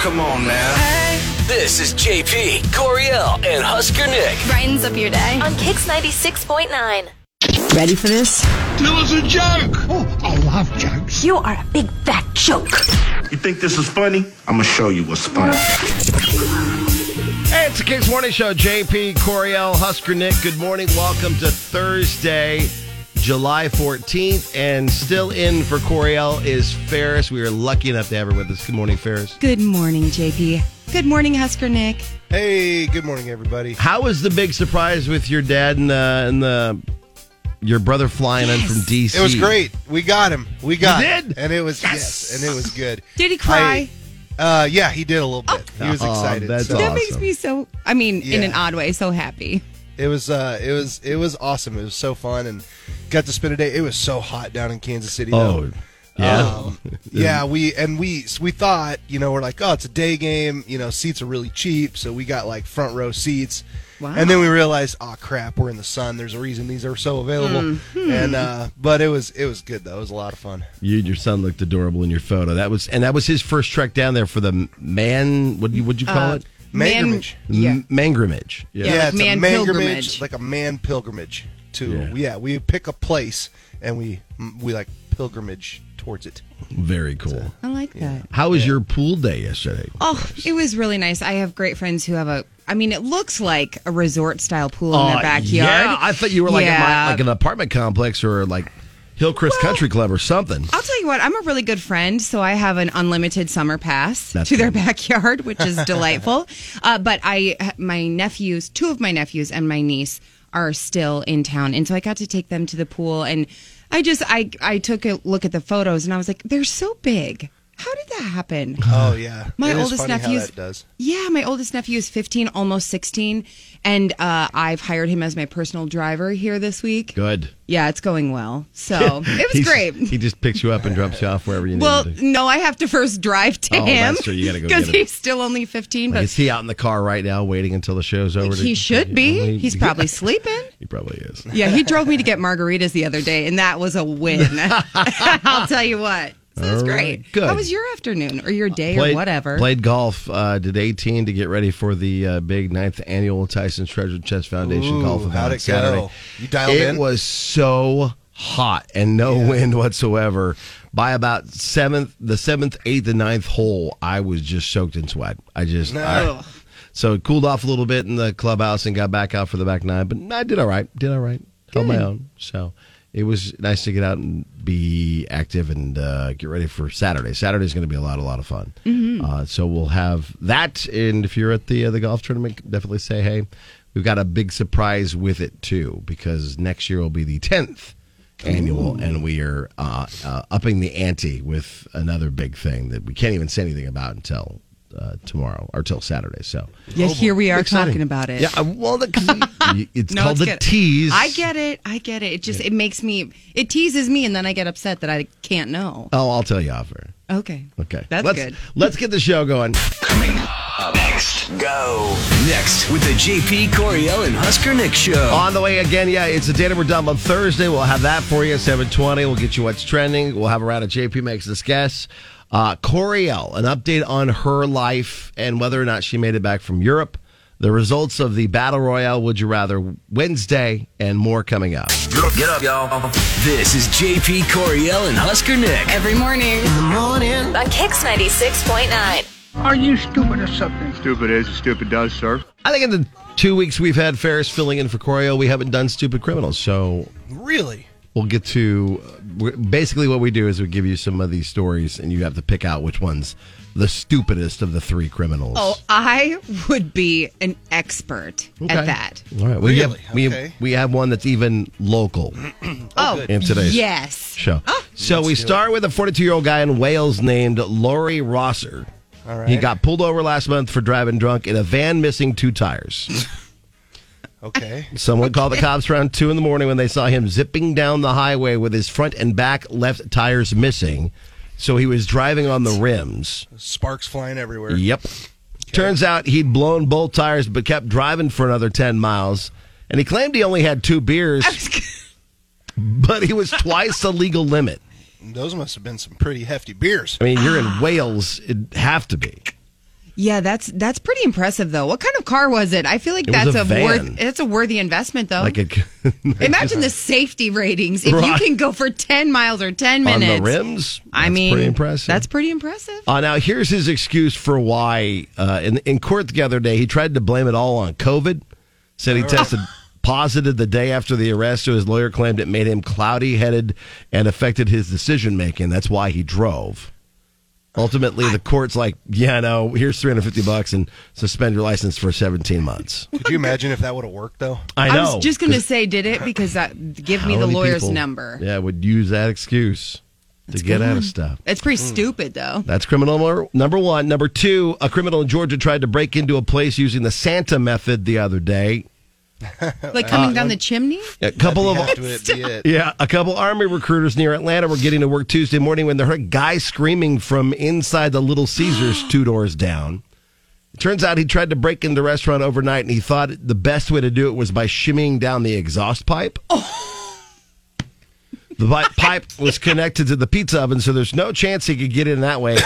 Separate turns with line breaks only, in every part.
come on now.
This is JP, Coriel, and Husker Nick.
Brightens up your day.
on Kix 96.9.
Ready for this?
It was a joke.
You are a big fat joke.
You think this is funny? I'm gonna show you what's funny.
Hey, it's the Kicks Morning Show. JP, Coriel, Husker Nick, good morning. Welcome to Thursday, July 14th. And still in for Coriel is Ferris. We are lucky enough to have her with us. Good morning, Ferris.
Good morning, JP. Good morning, Husker Nick.
Hey, good morning, everybody.
How was the big surprise with your dad and, uh, and the, your brother flying in from D.C.?
It was great. We got him. We got
You
him.
did?
and it was yes. and it was good.
Did he cry?
I- uh, yeah, he did a little bit. He was
Oh,
excited.
that's
so
that
awesome.
makes me so, I mean, in
Yeah.
an odd way, so happy.
It was uh, it was it was awesome. It was so fun and got to spend a day. It was so hot down in Kansas City.
Oh,
though.
yeah.
Um, yeah, we and we we thought, you know, we're like, oh, it's a day game. You know, seats are really cheap, so we got like front row seats.
Wow.
And then we realized, oh crap, we're in the sun. There's a reason these are so available.
Hmm.
And uh, but it was it was good though. It was a lot of fun.
You and your son looked adorable in your photo. That was and that was his first trek down there for the man. What do you would you call it?
Mangermage.
Uh, yeah.
M- mangrimage.
Yeah, like
it's
man
a mangermage,
pilgrimage.
like a man pilgrimage to
Yeah.
yeah. we pick a place and we we like pilgrimage towards it.
Very cool.
I like that.
How was your pool day yesterday?
Oh, it was really nice. I have great friends who have a. I mean, it looks like a resort style pool in
Uh,
their backyard.
Yeah, I thought you were like, at
Yeah.
my, like an apartment complex or like Hillcrest Country Club or something.
I'll tell you what, I'm a really good friend, so I have an unlimited summer pass
That's
to their
nice.
backyard, which is delightful. Uh, but I, my nephews, two of my nephews and my niece are still in town, and so I got to take them to the pool, and I just, I, I took a look at the photos, and I was like, they're so big. How did that happen?
Oh yeah,
My
It is
oldest
funny how
nephew's-
that does.
Yeah, my oldest nephew is 15, almost 16, and uh, I've hired him as my personal driver here this week.
Good.
Yeah, it's going well. So it was
He's-
great.
He just picks you up and drops you off wherever you
Well,
need him to.
no, I have to first drive to
Oh,
him
that's true. You gotta go
because
get him.
he's still only 15,
Like, is
but
he out in the car right now waiting until the show's over? to-
he should
Well,
be.
he-
He's probably sleeping.
He probably is.
Yeah, he drove me to get margaritas the other day, and that was a win. I'll tell you what. So it was
All right,
great.
good.
How was your afternoon or your day or whatever?
Played golf. Uh, did 18 to get ready for the uh, big ninth annual Tyson Treasure Chest Foundation
Ooh,
golf event
how'd
on
it
Saturday.
go? You dialed
it
in?
was so hot and no wind whatsoever. By about seventh, the seventh, eighth, and ninth hole, I was just soaked in sweat. I just I-
No.
so it cooled off a little bit in the clubhouse and got back out for the back nine. But I did all right. Did all right. Held my own. So it was nice to get out and be active and uh, get ready for Saturday. Saturday's going to be a lot, a lot of fun. Uh, so we'll have that. And if you're at the uh, the golf tournament, definitely say hey. We've got a big surprise with it too, because next year will be the tenth annual, and we are uh, uh, upping the ante with another big thing that we can't even say anything about until uh, tomorrow or till Saturday. So
yeah, here we are
Exciting.
talking about it.
Yeah, uh, well, the, 'cause you- it's
No,
called
it's
the
good.
tease.
I get it. I get it. It just it makes me it teases me, and then I get upset that I can't know.
Oh, I'll tell you offer.
Okay.
Oh. Okay,
That's
let's,
good.
Let's get the show going.
Next, go. Next, with the JP, Coriel, and Husker Nick Show.
On the way again, yeah, it's the data we're done on Thursday. We'll have that for you at 720. We'll get you what's trending. We'll have a round of JP Makes This Guess. Uh, Coriel, an update on her life and whether or not she made it back from Europe. The results of the Battle Royale Would You Rather Wednesday and more coming up.
Get up, y'all. This is JP, Coriel, and Husker Nick.
Every morning.
On Kix 96.9.
Are you stupid or something? Stupid is, stupid does, sir.
I think in the two weeks we've had Ferris filling in for Corio, we haven't done Stupid Criminals. So
Really?
we'll get to we're- basically what we do is we give you some of these stories and you have to pick out which one's the stupidest of the three criminals.
Oh, I would be an expert at
Okay.
that.
All right. We
Really?
have we, have-
Okay.
we have one that's even local
Oh,
in today's
yes.
show. so we start with a 42 year old guy in Wales named Laurie Rosser.
All right.
He got pulled over last month for driving drunk in a van missing two tires.
okay.
Someone called the cops around two in the morning when they saw him zipping down the highway with his front and back left tires missing. So he was driving on the rims.
Sparks flying everywhere.
Yep. Turns out he'd blown both tires but kept driving for another 10 miles. And he claimed he only had two beers, but he was twice the legal limit.
Those must have been some pretty hefty beers.
I mean, you're in Wales, it'd have to be.
Yeah, that's that's pretty impressive though. What kind of car was it? I feel like
It was
that's
a
a,
van.
worth that's a worthy investment though.
Like it
Imagine the safety ratings if you
Right.
can go for 10 miles or 10
on
minutes.
the rims.
I
That's
mean,
pretty impressive.
That's pretty impressive.
Uh, now, here's his excuse for why. Uh, in, in court the other day, he tried to blame it all on COVID. Said he tested positive the day after the arrest, so his lawyer claimed it made him cloudy headed and affected his decision making. That's why he drove. Ultimately, the court's like, yeah, no, here's 350 bucks and suspend your license for 17 months.
Could you imagine if that would have worked though?
I know.
was just going to say did it because that give me
How
the
many
lawyer's
people,
number.
Yeah, would use that excuse to get out of stuff.
It's pretty
Hmm.
stupid though.
That's criminal number, number one. Number two, a criminal in Georgia tried to break into a place using the Santa method the other day.
Like coming
Uh,
down the chimney?
A couple of
Have to it be it.
yeah, a couple army recruiters near Atlanta were getting to work Tuesday morning when they heard a guy screaming from inside the Little Caesars two doors down. It turns out he tried to break into the restaurant overnight, and he thought the best way to do it was by shimmying down the exhaust pipe. The pi- pipe was connected to the pizza oven, so there's no chance he could get in that way.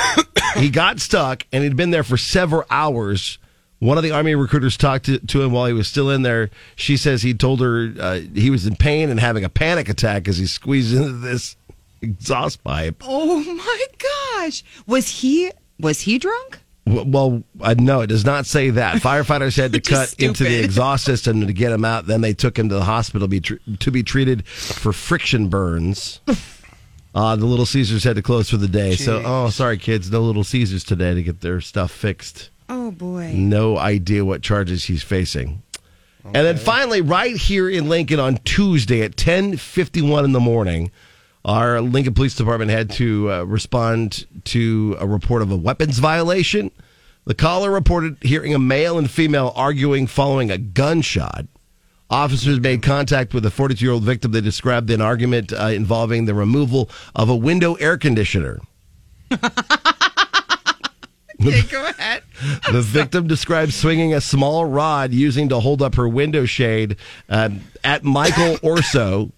he got stuck, and he'd been there for several hours. One of the army recruiters talked to, to him while he was still in there. She says he told her uh, he was in pain and having a panic attack as he squeezed into this exhaust pipe.
Oh my gosh. Was he was he drunk?
W- Well, I no, it does not say that. Firefighters had to
Which is
cut into the
stupid.
exhaust system to get him out. Then they took him to the hospital be tr- to be treated for friction burns. Uh, the Little Caesars had to close for the day. So, oh, sorry, kids, no Little Caesars today to get their stuff fixed.
Oh boy.
No idea what charges he's facing. And then finally, right here in Lincoln on Tuesday at ten fifty one in the morning, our Lincoln Police Department had to uh, respond to a report of a weapons violation. The caller reported hearing a male and female arguing following a gunshot. Officers made contact with a 42 year old victim. They described an argument uh, involving the removal of a window air conditioner.
Okay, go ahead.
The victim described swinging a small rod using to hold up her window shade um, at Michael Orso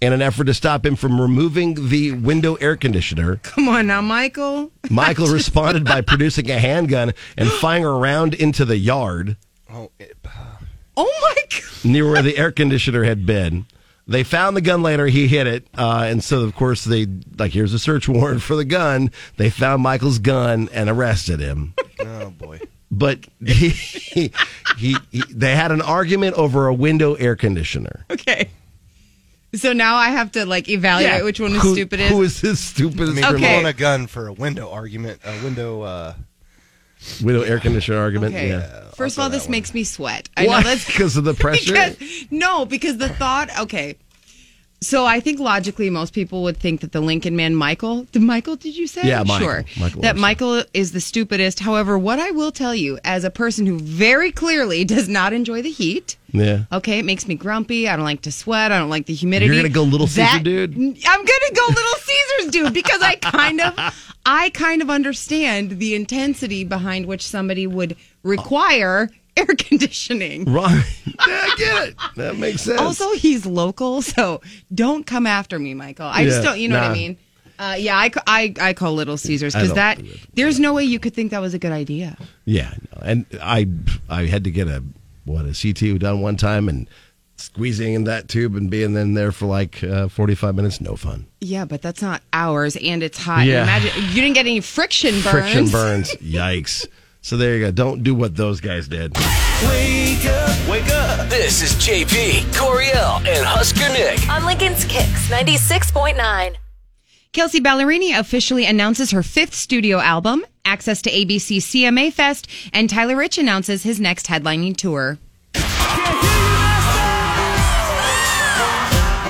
in an effort to stop him from removing the window air conditioner.
Come on now, Michael.
Michael responded by producing a handgun and firing a round into the yard
Oh, it-
Oh my god.
near where the air conditioner had been. They found the gun later. He hid it, uh, and so of course they like here's a search warrant for the gun. They found Michael's gun and arrested him.
oh boy.
but he, he, he, they had an argument over a window air conditioner.
Okay. So now I have to like evaluate which one is
Who-
stupid is.
Who is his stupidest
I mean,
Okay.
blowing a gun for a window argument, a window. Uh,
window air conditioner argument?
okay.
Yeah.
First of all, this makes me sweat. I
Why?
know that's
Because of the pressure?
because no, because the thought. Okay. So I think logically, most people would think that the Lincoln man, Michael, did Michael, did you say?
Yeah, Michael.
sure.
Michael
that
Olson.
Michael is the stupidest. However, what I will tell you, as a person who very clearly does not enjoy the heat,
yeah.
Okay, it makes me grumpy. I don't like to sweat. I don't like the humidity.
You're gonna go Little Caesar dude?
I'm gonna go Little Caesars dude because I kind of, I kind of understand the intensity behind which somebody would require air conditioning.
Right. Yeah, I get it. That makes sense.
Also, he's local, so don't come after me, Michael. I just
Yeah,
don't. You know what
nah.
I mean? Uh, yeah, I, ca- I, I call Little Caesars
I
because
don't
that
do it.
there's no way you could think that was a good idea.
Yeah, no. and I I had to get a what a CT done one time and squeezing in that tube and being in there for like uh, forty five minutes, no fun.
Yeah, but that's not ours, and it's hot.
Yeah.
Imagine you didn't get any friction burns.
Friction burns, yikes. So there you go. Don't do what those guys did.
Wake up, wake up. This is JP, Coriel, and Husker Nick.
On Lincoln's Kicks 96.9.
Kelsey Ballerini officially announces her fifth studio album, access to ABC CMA Fest, and Tyler Rich announces his next headlining tour.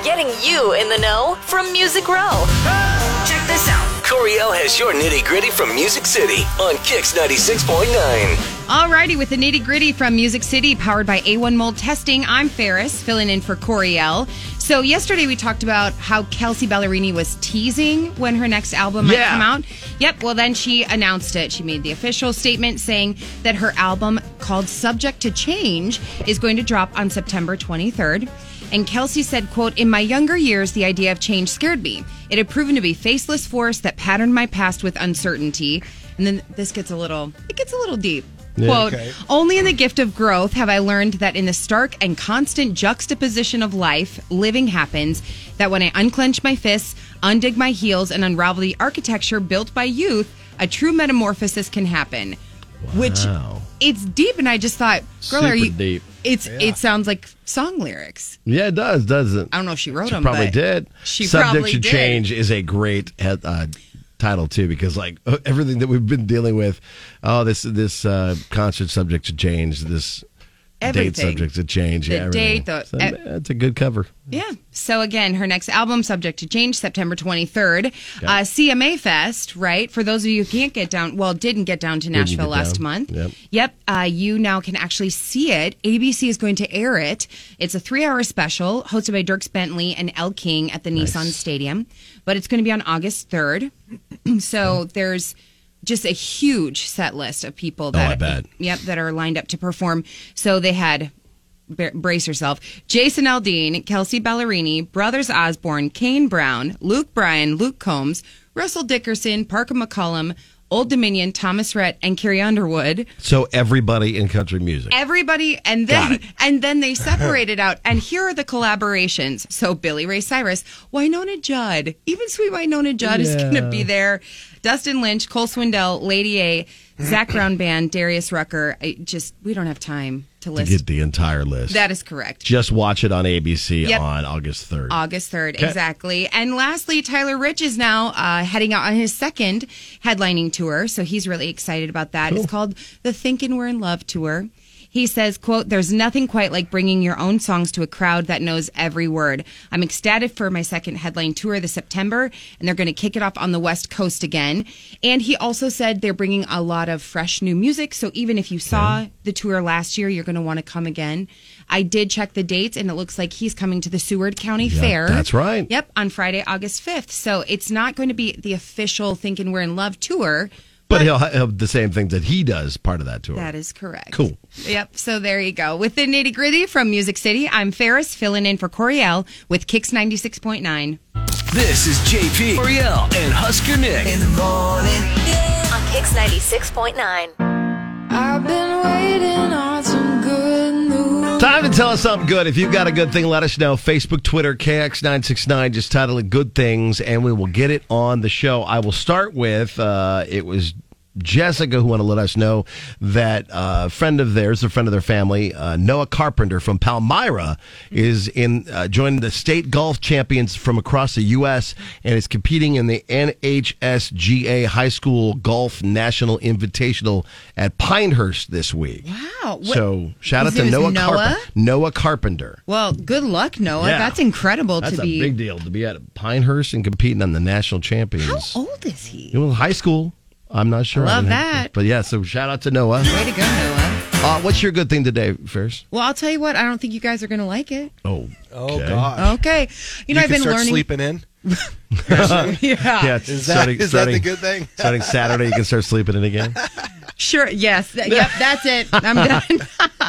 Getting you in the know from Music Row. Check this out.
Coriel has your nitty gritty from Music City on Kix 96.9.
Alrighty, with the nitty gritty from Music City, powered by A1 Mold Testing, I'm Ferris, filling in for Coriel. So yesterday we talked about how Kelsey Ballerini was teasing when her next album might
Yeah.
come out. Yep, well then she announced it. She made the official statement saying that her album called Subject to Change is going to drop on September 23rd. And Kelsey said, quote, In my younger years, the idea of change scared me. It had proven to be faceless force that patterned my past with uncertainty. And And then this gets a little it gets a little deep.
Yeah.
Quote,
Okay.
only in the gift of growth have I learned that in the stark and constant juxtaposition of life, living happens. That when I unclench my fists, undig my heels, and unravel the architecture built by youth, a true metamorphosis can happen. Which
Wow.
it's deep, and I just thought, girl, are
Super
you
deep.
It's it sounds like song lyrics.
Yeah, it does, doesn't it?
I don't know if she wrote
She
them.
probably
but
did.
She
Subject
probably
to
did.
change is a great he- uh, title too, because like uh, everything that we've been dealing with, oh this this uh, concert subject to change, this date
Everything.
subject to change,
The
yeah, everything.
date, the- e-
So, that's a good cover.
Yeah. So again, her next album, subject to change, September 23rd, uh, CMA Fest. Right. For those of you who can't get down, well, didn't get down to
Didn't
Nashville
get
last
down.
month.
Yep.
Yep. Uh, you now can actually see it. ABC is going to air it. It's a three-hour special hosted by Dirks Bentley and El King at the Nissan Stadium, but it's going to be on August 3rd. so there's just a huge set list of people that
Oh, I bet.
yep that are lined up to perform. So they had b- brace yourself Jason Aldean, Kelsey Ballerini, Brothers Osborne, Kane Brown, Luke Bryan, Luke Combs, Russell Dickerson, Parker McCollum, Old Dominion, Thomas Rhett, and Carrie Underwood.
So everybody in country music.
Everybody, and
Got
then
it.
and then they separated out. And here are the collaborations. So Billy Ray Cyrus, Winona Judd, even sweet Winona Judd is going to be there. Dustin Lynch, Cole Swindell, Lady A, Zach Brown Band, Darius Rucker. I just we don't have time to
to
list.
get the entire list.
that is correct.
Just watch it on ABC
Yep.
on August third.
August 3rd, exactly. And lastly, Tyler Rich is now uh, heading out on his second headlining tour, so he's really excited about that. It's called the Thinkin' We're in Love Tour. He says, quote, there's nothing quite like bringing your own songs to a crowd that knows every word. I'm ecstatic for my second headline tour this September, and they're going to kick it off on the West Coast again. And he also said they're bringing a lot of fresh new music. So even if you saw the tour last year, you're going to want to come again. I did check the dates, and it looks like he's coming to the Seward County
Yeah,
Fair.
that's right.
Yep, on Friday, August 5th. So it's not going to be the official Thinking We're in Love tour.
but he'll ha- have the same things that he does part of that tour.
That is correct.
Cool.
Yep. So there you go. With the nitty gritty from Music City, I'm Ferris filling in for Coriel with Kicks 96.9.
This is JP Coriel and Husker Nick.
in the morning.
On Kix 96.9.
I've been waiting on some good news.
Time to tell us something good. If you've got a good thing, let us know. Facebook, Twitter, KX969. Just title it Good Things, and we will get it on the show. I will start with uh, it was Jessica who wanted to let us know that uh, a friend of theirs, a friend of their family, uh, Noah Carpenter from Palmyra, is in uh, joining the state golf champions from across the U.S. and is competing in the NHSGA High School Golf National Invitational at Pinehurst this week.
Wow. What-
So shout out
His
to
name is
Noah,
Noah?
Carpenter. Noah Carpenter.
Well, good luck, Noah.
Yeah.
That's incredible
That's
to
a
be.
big deal to be at Pinehurst and competing on the national
How
champions.
old is he?
It was high school. I'm not sure. I
Love
didn't have-
that.
But yeah, so shout out to Noah.
Way to go, Noah.
Uh, what's your good thing today, Ferris?
Well, I'll tell you what, I don't think you guys are going to like it.
Oh,
Oh
okay.
gosh.
Okay. You know, I've
You can
been
start
learning.
sleeping in.
Yeah.
Yeah, it's
Is that-
starting,
is that
starting,
the good thing?
starting Saturday, you can start sleeping in again.
Sure. Yes. Th- Yep. That's it. I'm done.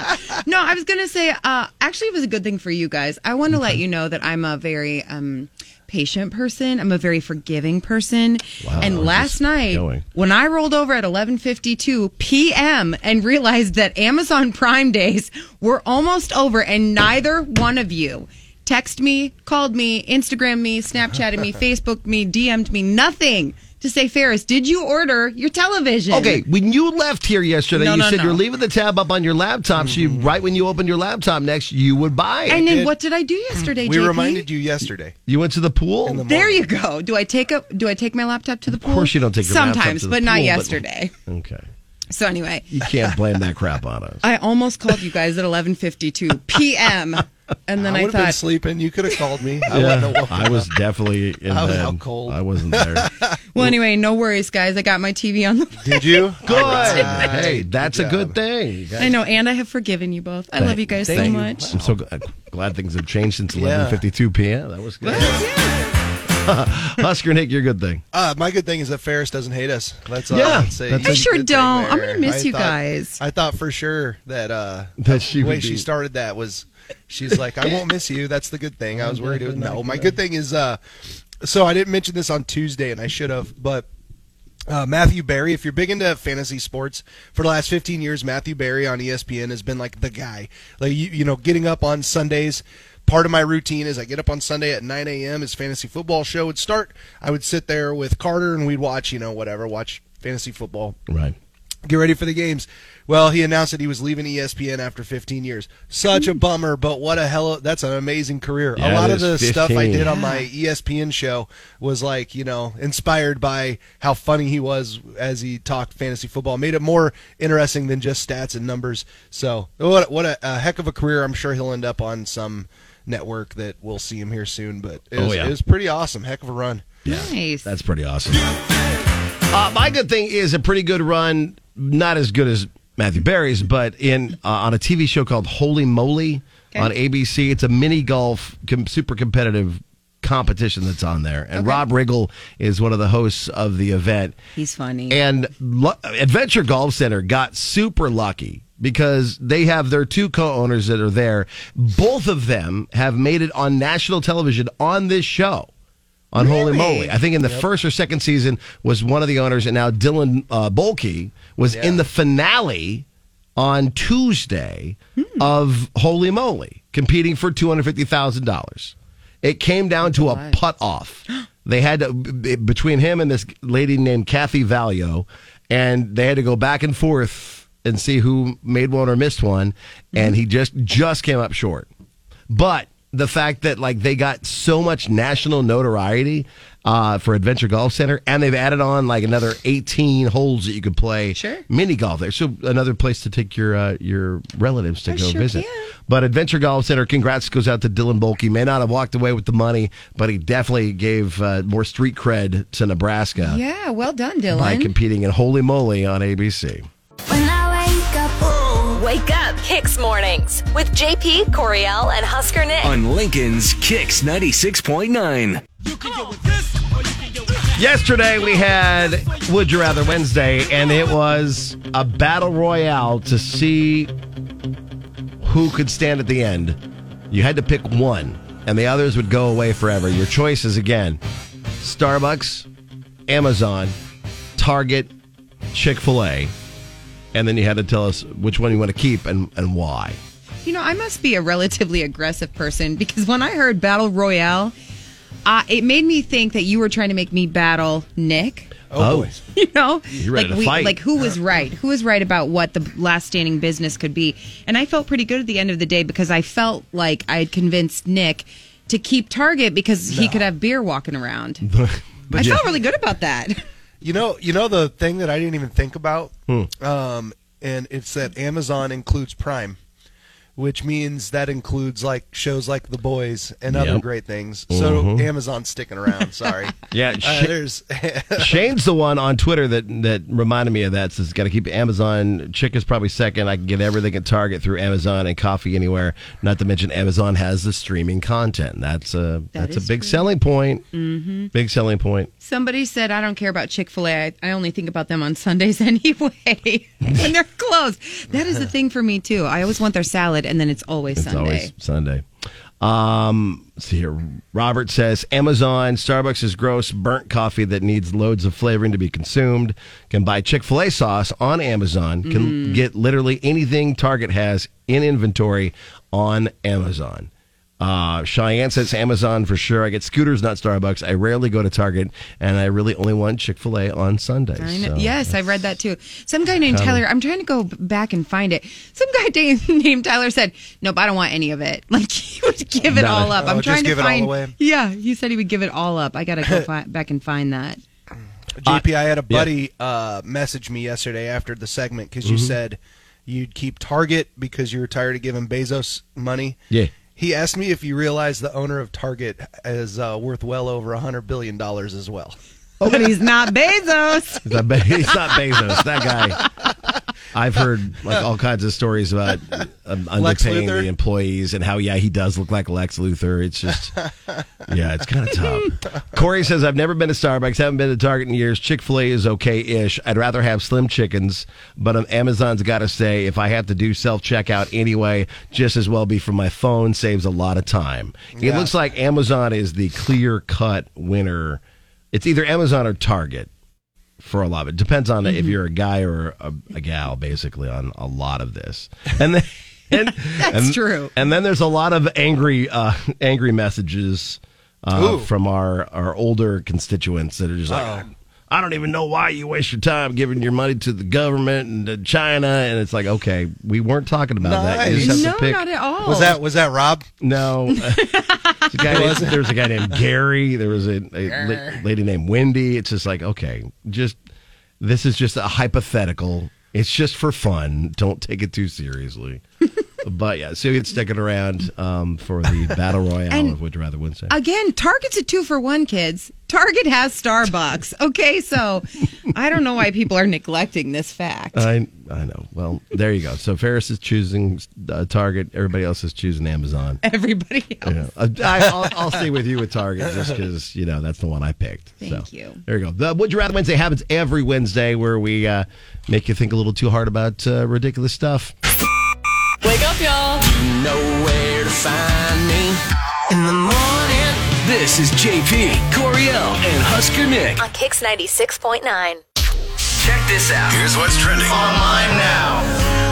no, I was gonna say. Uh, actually, it was a good thing for you guys. I want to let you know that I'm a very um, patient person. I'm a very forgiving person.
Wow,
and
we're
last
just
night,
going.
when I rolled over at 11:52 p.m. and realized that Amazon Prime days were almost over, and neither one of you. Text me, called me, Instagram me, Snapchatted me, Facebooked me, DM'd me, nothing to say, Ferris, did you order your television?
Okay, when you left here yesterday,
No,
you
no,
said
no.
you're leaving the tab up on your laptop. So you,
Mm-hmm.
right when you opened your laptop next, you would buy it.
And then
did.
what did I do yesterday?
We
JP?
reminded you yesterday.
you went to the pool.
There you go. Do I take a Do I take my laptop to the pool?
of course, you don't take your laptop
sometimes,
to the
but not
pool,
yesterday.
Okay.
So anyway,
You can't blame that crap on us.
I almost called you guys at 11:52 p.m. and then
I
I,
would have been
thought,
sleeping. You could have called me. I wouldn't have woken
I was definitely in
I was
bed.
out cold.
I wasn't there.
well, anyway, no worries, guys. I got my TV on the.
Did you?
Good.
All right.
Hey, that's a good
job.
thing. You guys-
I know, and I have forgiven you both. I love you guys so
Thank you.
much.
I'm so gl- glad things have changed since 11:52 p.m. That was good. Husker Nick, your good thing.
Uh, my good thing is that Ferris doesn't hate us. That's all.
Yeah,
I'd say.
that's I a
sure
Good thing
don't. I'm
there.
gonna miss
I
you
thought-
guys.
I thought for sure that uh,
That she
the way
would be-
she started that was she's like, I won't miss you. That's the good thing. I was worried it was no. My good thing is uh, so I didn't mention this on Tuesday, and I should have, but Uh, Matthew Barry, if you're big into fantasy sports, for the last 15 years, Matthew Barry on E ESPN has been like the guy. Like you, you know, getting up on Sundays. Part of my routine is I get up on Sunday at 9 a.m. His fantasy football show would start. I would sit there with Carter and we'd watch, you know, whatever, watch fantasy football
Right.
get ready for the games. Well, he announced that he was leaving E ESPN after 15 years. Such a bummer, but what a hell! That's an amazing career.
Yeah,
a
it
lot of the
is.
stuff
15.
I did on my E ESPN show was like, you know, inspired by how funny he was as he talked fantasy football. Made it more interesting than just stats and numbers. So, what what a, a heck of a career! I'm sure he'll end up on some network that we'll see him here soon. But it
Oh,
was,
yeah.
it was pretty awesome. Heck of a run.
Nice.
That's pretty awesome. Uh, my good thing is a pretty good run, not as good as Matthew Barry's, but in uh, on a TV show called Holy Moly on ABC. It's a mini golf, com- super competitive competition that's on there, and Rob Riggle is one of the hosts of the event.
He's funny.
And Lu- Adventure Golf Center got super lucky because they have their two co-owners that are there. Both of them have made it on national television on this show. On Holy Moly, I think in the first or second season was one of the owners, and now Dylan uh, Bolke was in the finale on Tuesday of Holy Moly, competing for two hundred fifty thousand dollars. It came down to a putt off. They had to, b- between him and this lady named Kathy Valio, and they had to go back and forth and see who made one or missed one. And he just just came up short. But the fact that like they got so much national notoriety uh, for Adventure Golf Center, and they've added on like another eighteen holes that you could play
Sure.
mini golf there. So another place to take your uh, your relatives to go
sure
visit.
can.
But Adventure Golf Center, congrats goes out to Dylan Bulkey. May not have walked away with the money, but he definitely gave uh, more street cred to Nebraska
yeah, well done, Dylan.
by competing in Holy Moly on ABC.
When I wake up,
Wake up, Kicks Mornings with JP, Coriel, and Husker Nick.
on Lincoln's Kicks 96.9.
Yesterday we had Would You Rather Wednesday, and it was a battle royale to see who could stand at the end. You had to pick one, and the others would go away forever. Your choices again Starbucks, Amazon, Target, Chick fil A. And then you had to tell us which one you want to keep and, and why.
You know, I must be a relatively aggressive person because when I heard battle royale, uh, it made me think that you were trying to make me battle Nick.
Oh,
You know, like
ready to fight.
like who was right? Who was right about what the last standing business could be? And I felt pretty good at the end of the day because I felt like I had convinced Nick to keep Target because he could have beer walking around. I felt really good about that.
You know, you know the thing that I didn't even think about,
Hmm.
um, and it's that Amazon includes Prime, which means that includes like shows like The Boys and other
Yep.
great things. So Amazon's sticking around. Sorry.
Yeah,
Uh,
shit.
there's
Shane's the one on Twitter that that reminded me of that. Says got to keep Amazon. Chick is probably second. I can get everything at Target through Amazon and coffee anywhere. Not to mention Amazon has the streaming content. That's a
That
that's a
is
big
true.
selling point. Mm-hmm. Big selling point.
Somebody said, I don't care about Chick fil A. I I only think about them on Sundays anyway when they're closed. That is the thing for me, too. I always want their salad, and then it's always
It's
Sunday.
always Sunday. Um, let's see here. Robert says Amazon, Starbucks is gross, burnt coffee that needs loads of flavoring to be consumed. Can buy Chick fil A sauce on Amazon. Can
Mm.
get literally anything Target has in inventory on Amazon. Uh, Cheyenne says Amazon for sure. I get scooters, not Starbucks. I rarely go to Target, and I really only want Chick fil A on Sundays.
I know.
So-
yes, I read that too. Some guy named Tyler, I'm trying to go b- back and find it. Some guy da- named Tyler said, Nope, I don't want any of it. Like he would give it
No.
all up.
Oh,
I'm
just
trying to
give it all
find.
away.
Yeah, he said he would give it all up. I got to go fi- back and find that.
JP. I had a buddy uh, message me yesterday after the segment because
Mm-hmm.
you said you'd keep Target because you were tired of giving Bezos money.
Yeah.
He asked me if you realize the owner of Target is uh, worth well over a hundred billion dollars as well.
Oh, But he's not Bezos.
He's not, Be- he's not Bezos. That guy. I've heard like all kinds of stories about um,
Lex
underpaying
Luthor?
the employees and how yeah he does look like Lex Luthor. It's just yeah, it's kind of tough. Corey says I've never been to Starbucks, haven't been to Target in years. Chick Fil A is okay ish. I'd rather have Slim Chickens, but um, Amazon's got to say if I have to do self checkout anyway, just as well be from my phone. Saves a lot of time. It
Yeah.
looks like Amazon is the clear cut winner. It's either Amazon or Target for a lot of it. Depends on
Mm-hmm.
if you're a guy or a, a gal, basically, on a lot of this. And then and,
That's
and-
true.
And then there's a lot of angry uh, angry messages uh,
Ooh.
from our our older constituents that are just
Oh.
like. I don't even know why you waste your time giving your money to the government and to China, and it's like, okay, we weren't talking about that. You
Nice.
just have to
No,
pick-
not at all.
Oh.
Was that was that Rob?
no. There's a guy named- there was a guy named Gary. There was a, a la- lady named Wendy. It's just like, okay, just this is just a hypothetical. It's just for fun. Don't take it too seriously. but yeah, so it's sticking around um, for the battle royale
And-
of Would You Rather Wednesday.
Again, Target's a two for one, kids. Target has Starbucks. Okay, so I don't know why people are neglecting this fact.
Uh,
I I know. Well, there you go. So Ferris is choosing uh, Target. Everybody else is choosing Amazon.
Everybody else.
Yeah. Uh, I, I'll, I'll stay with you with Target just because you know that's the one I picked.
Thank
So,
you.
There you go. The Would You Rather Wednesday happens every Wednesday where we uh, make you think a little too hard about uh, ridiculous stuff.
Wake up, y'all.
Nowhere to find me in the morning. This is JP, Coriel, and Husker Nick.
On Kix 96.9.
Check this out. Here's what's trending online now.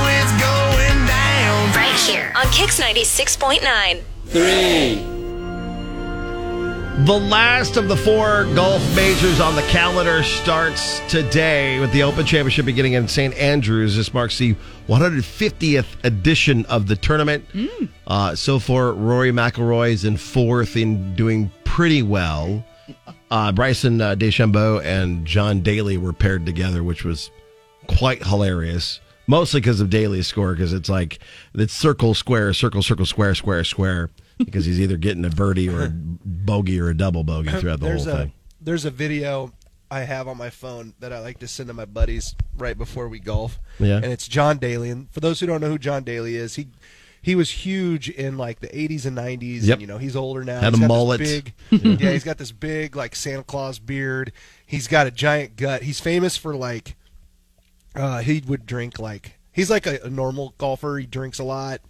It's going down.
Right here. On Kix 96.9.
The last of the four golf majors on the calendar starts today with the Open Championship beginning in St. Andrews. This marks the 150th edition of the tournament.
Mm.
Uh, so far, Rory McIlroy is in fourth in doing pretty well. Uh, Bryson uh, DeChambeau and John Daly were paired together, which was quite hilarious. Mostly because of Daly's score, because it's like it's circle, square, circle, circle, square, square, square. Because he's either getting a birdie or a bogey or a double bogey throughout the
there's
whole
a
thing.
there's a video I have on my phone that I like to send to my buddies right before we golf.
Yeah.
And it's John Daly. And for those who don't know who John Daly is, he he was huge in like the 80s and 90s.
Yep.
And, you know, he's older now.
Had
He's
a
got this
mullet.
Big, yeah, he's got this big like Santa Claus beard. He's got a giant gut. He's famous for like uh, he would drink like he's like a, a normal golfer. He drinks a lot,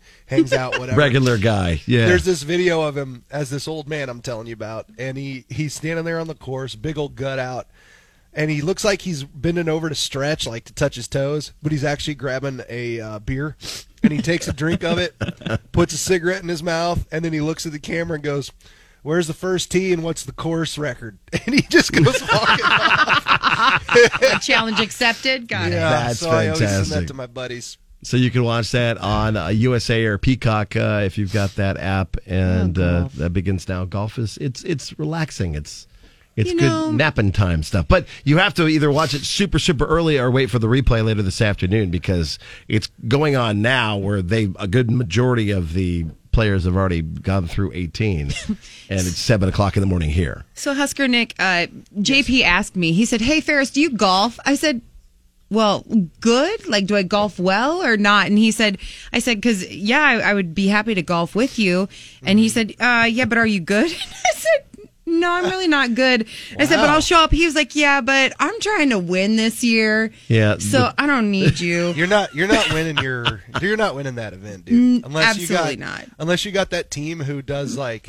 hangs out, whatever.
Regular guy, yeah.
There's this video of him as this old man I'm telling you about, and he he's standing there on the course, big old gut out, and he looks like he's bending over to stretch, like to touch his toes, but he's actually grabbing a uh, beer, and he takes a drink of it, puts a cigarette in his mouth, and then he looks at the camera and goes. Where's the first tee and what's the course record? And he just goes walking. off.
Challenge accepted. Got it.
Yeah,
That's
so I always send
fantastic.
that to my buddies.
so you can watch that on uh, USA or Peacock uh, if you've got that app, and
Oh,
uh, that begins now. Golf is it's it's relaxing. It's it's
You
good
know-
napping time stuff. But you have to either watch it super super early or wait for the replay later this afternoon because it's going on now where they a good majority of the players have already gone through 18 and it's seven o'clock in the morning here
So Husker Nick, uh, JP asked me. He said, "Hey Ferris, do you golf?" I said, "Well, good. Like, do I golf well or not?" And he said, "I said because yeah, I, I would be happy to golf with you." And
Mm-hmm.
he said, uh, "Yeah, but are you good?" And I said. No, I'm really not good. I said, but I'll show up. He was like, yeah, but I'm trying to win this year.
Yeah,
So
the-
I don't need you.
You're not you're not winning your you're not winning that event, dude. Unless
Mm, absolutely
you got
not.
unless you got that team who does like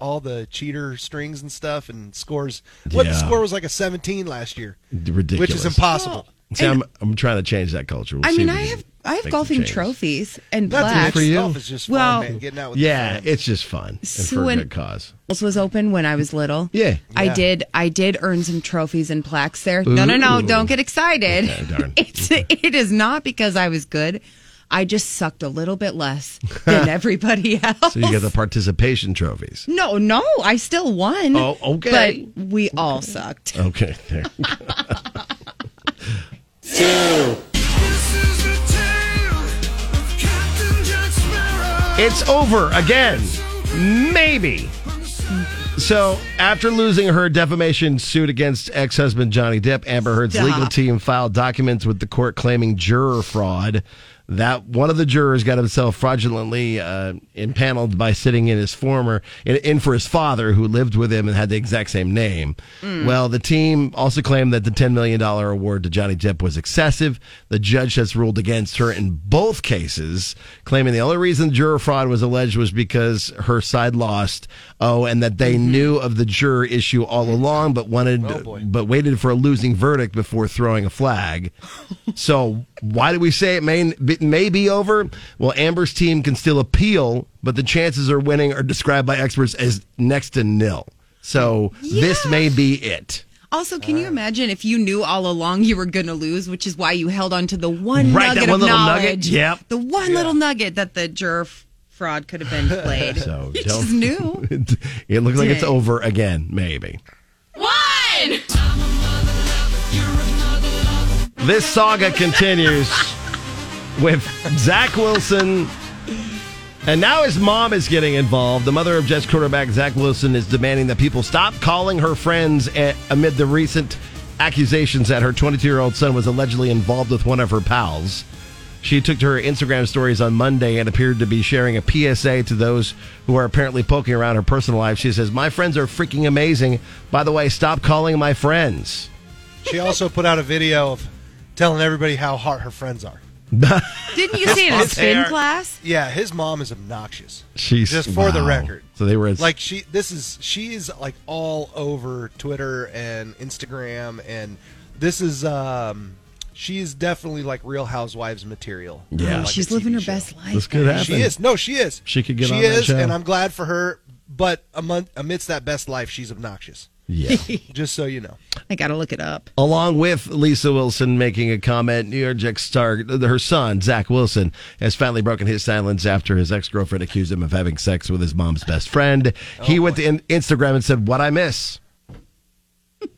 all the cheater strings and stuff and scores what the
Yeah.
score was like a 17 last year,
ridiculous
which is impossible.
See, I'm, I'm trying to change that culture We'll
I
see
mean,
if
I
we can
have I
make some
have golfing
changes.
trophies and
That's
black.
for
you.
Stuff is just
Well-
fun, man. Getting out with
yeah
the friends.
it's just fun and for a
Swin-
good cause
Mills was open when I was little.
Yeah.
I did. I did earn some trophies and plaques there. No, no, no!
Ooh.
Don't get excited.
Okay, darn.
It's it is not because I was good. I just sucked a little bit less than everybody else.
So you got the participation trophies.
no, no, I still won.
Oh, okay. Oh.
But we all sucked.
Okay, there. it's over again. Maybe. So, after losing her defamation suit against ex husband Johnny Depp, Amber Heard's
Stop.
legal team filed documents with the court claiming juror fraud. that one of the jurors got himself fraudulently uh, impaneled by sitting in his former in, in for his father who lived with him and had the exact same name. Well, the team also claimed that the ten million dollar award to Johnny Depp was excessive. The judge has ruled against her in both cases, claiming the only reason juror fraud was alleged was because her side lost. Oh, and that they knew of the juror issue all along, but wanted but waited for a losing verdict before throwing a flag. So why do we say it may it may be over? Well, Amber's team can still appeal, but the chances of winning are described by experts as next to nil. So this may be it.
Also, can you imagine if you knew all along you were going to lose, which is why you held on to the one
Right, that
nugget
one
of
little
knowledge,
nugget, yep.
the one little nugget that the juror f- fraud could have been played.
So
you
don't-
just knew.
It, it looks like it's
Dang.
over again, maybe.
One!
This saga continues with Zach Wilson. And now his mom is getting involved. The mother of Jets quarterback Zach Wilson is demanding that people stop calling her friends a- amid the recent accusations that her 22 year old son was allegedly involved with one of her pals. She took to her Instagram stories on Monday and appeared to be sharing a PSA to those who are apparently poking around her personal life. She says, My friends are freaking amazing. By the way, stop calling my friends.
She also put out a video of telling everybody how hot her friends are.
Didn't you say in a
It's
spin
there.
class?
Yeah, his mom is obnoxious.
She's
just for the
wow.
record.
So they were at-
like she. This is she is like all over Twitter and Instagram, and this is um she is definitely like Real Housewives material.
Yeah.
Like a
She's
TV
living her
show.
best life.
This could happen.
She is no, she is.
She could get
She
on that
is,
show.
and I'm glad for her. But among, amidst that best life, she's obnoxious.
Yeah.
Just so you know.
I got to look it up.
Along with Lisa Wilson making a comment, New York Jets star, her son, Zach Wilson, has finally broken his silence after his ex girlfriend accused him of having sex with his mom's best friend.
Oh,
he went to in- Instagram and said, What I miss.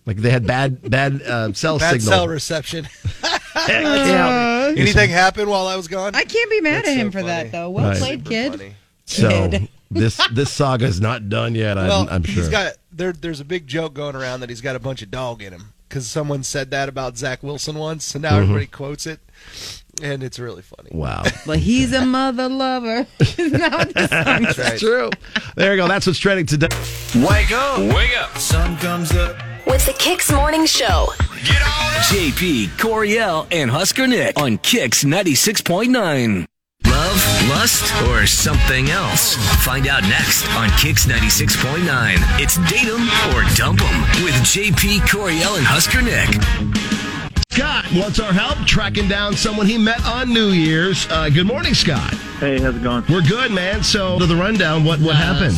Like they had bad, bad uh, cell
Bad
signal.
cell reception.
Yeah.
Anything happened while I was gone?
I can't be mad
That's
at
so
him for
funny.
that, though. Well
Right.
played,
Super
kid.
funny.
So
Kid.
this this saga is not done yet. I'm,
Well,
I'm sure.
he's got there. There's a big joke going around that he's got a bunch of dog in him because someone said that about Zach Wilson once, so now everybody quotes it, and it's really funny.
wow.
But he's a mother lover. Isn't that what the song
That's right.
True. There you go. That's what's trending today.
Wake up! Wake up! Sun comes up.
With the Kicks Morning Show.
Get on it! JP, Coriel, and Husker Nick on Kicks 96.9. Love, lust, or something else? Find out next on Kicks 96.9. It's Date 'em or Dump 'em with JP, Coriel, and Husker Nick.
Scott wants our help tracking down someone he met on New Year's. Uh, good morning, Scott.
Hey, how's it going?
We're good, man. So to the rundown, what what happened?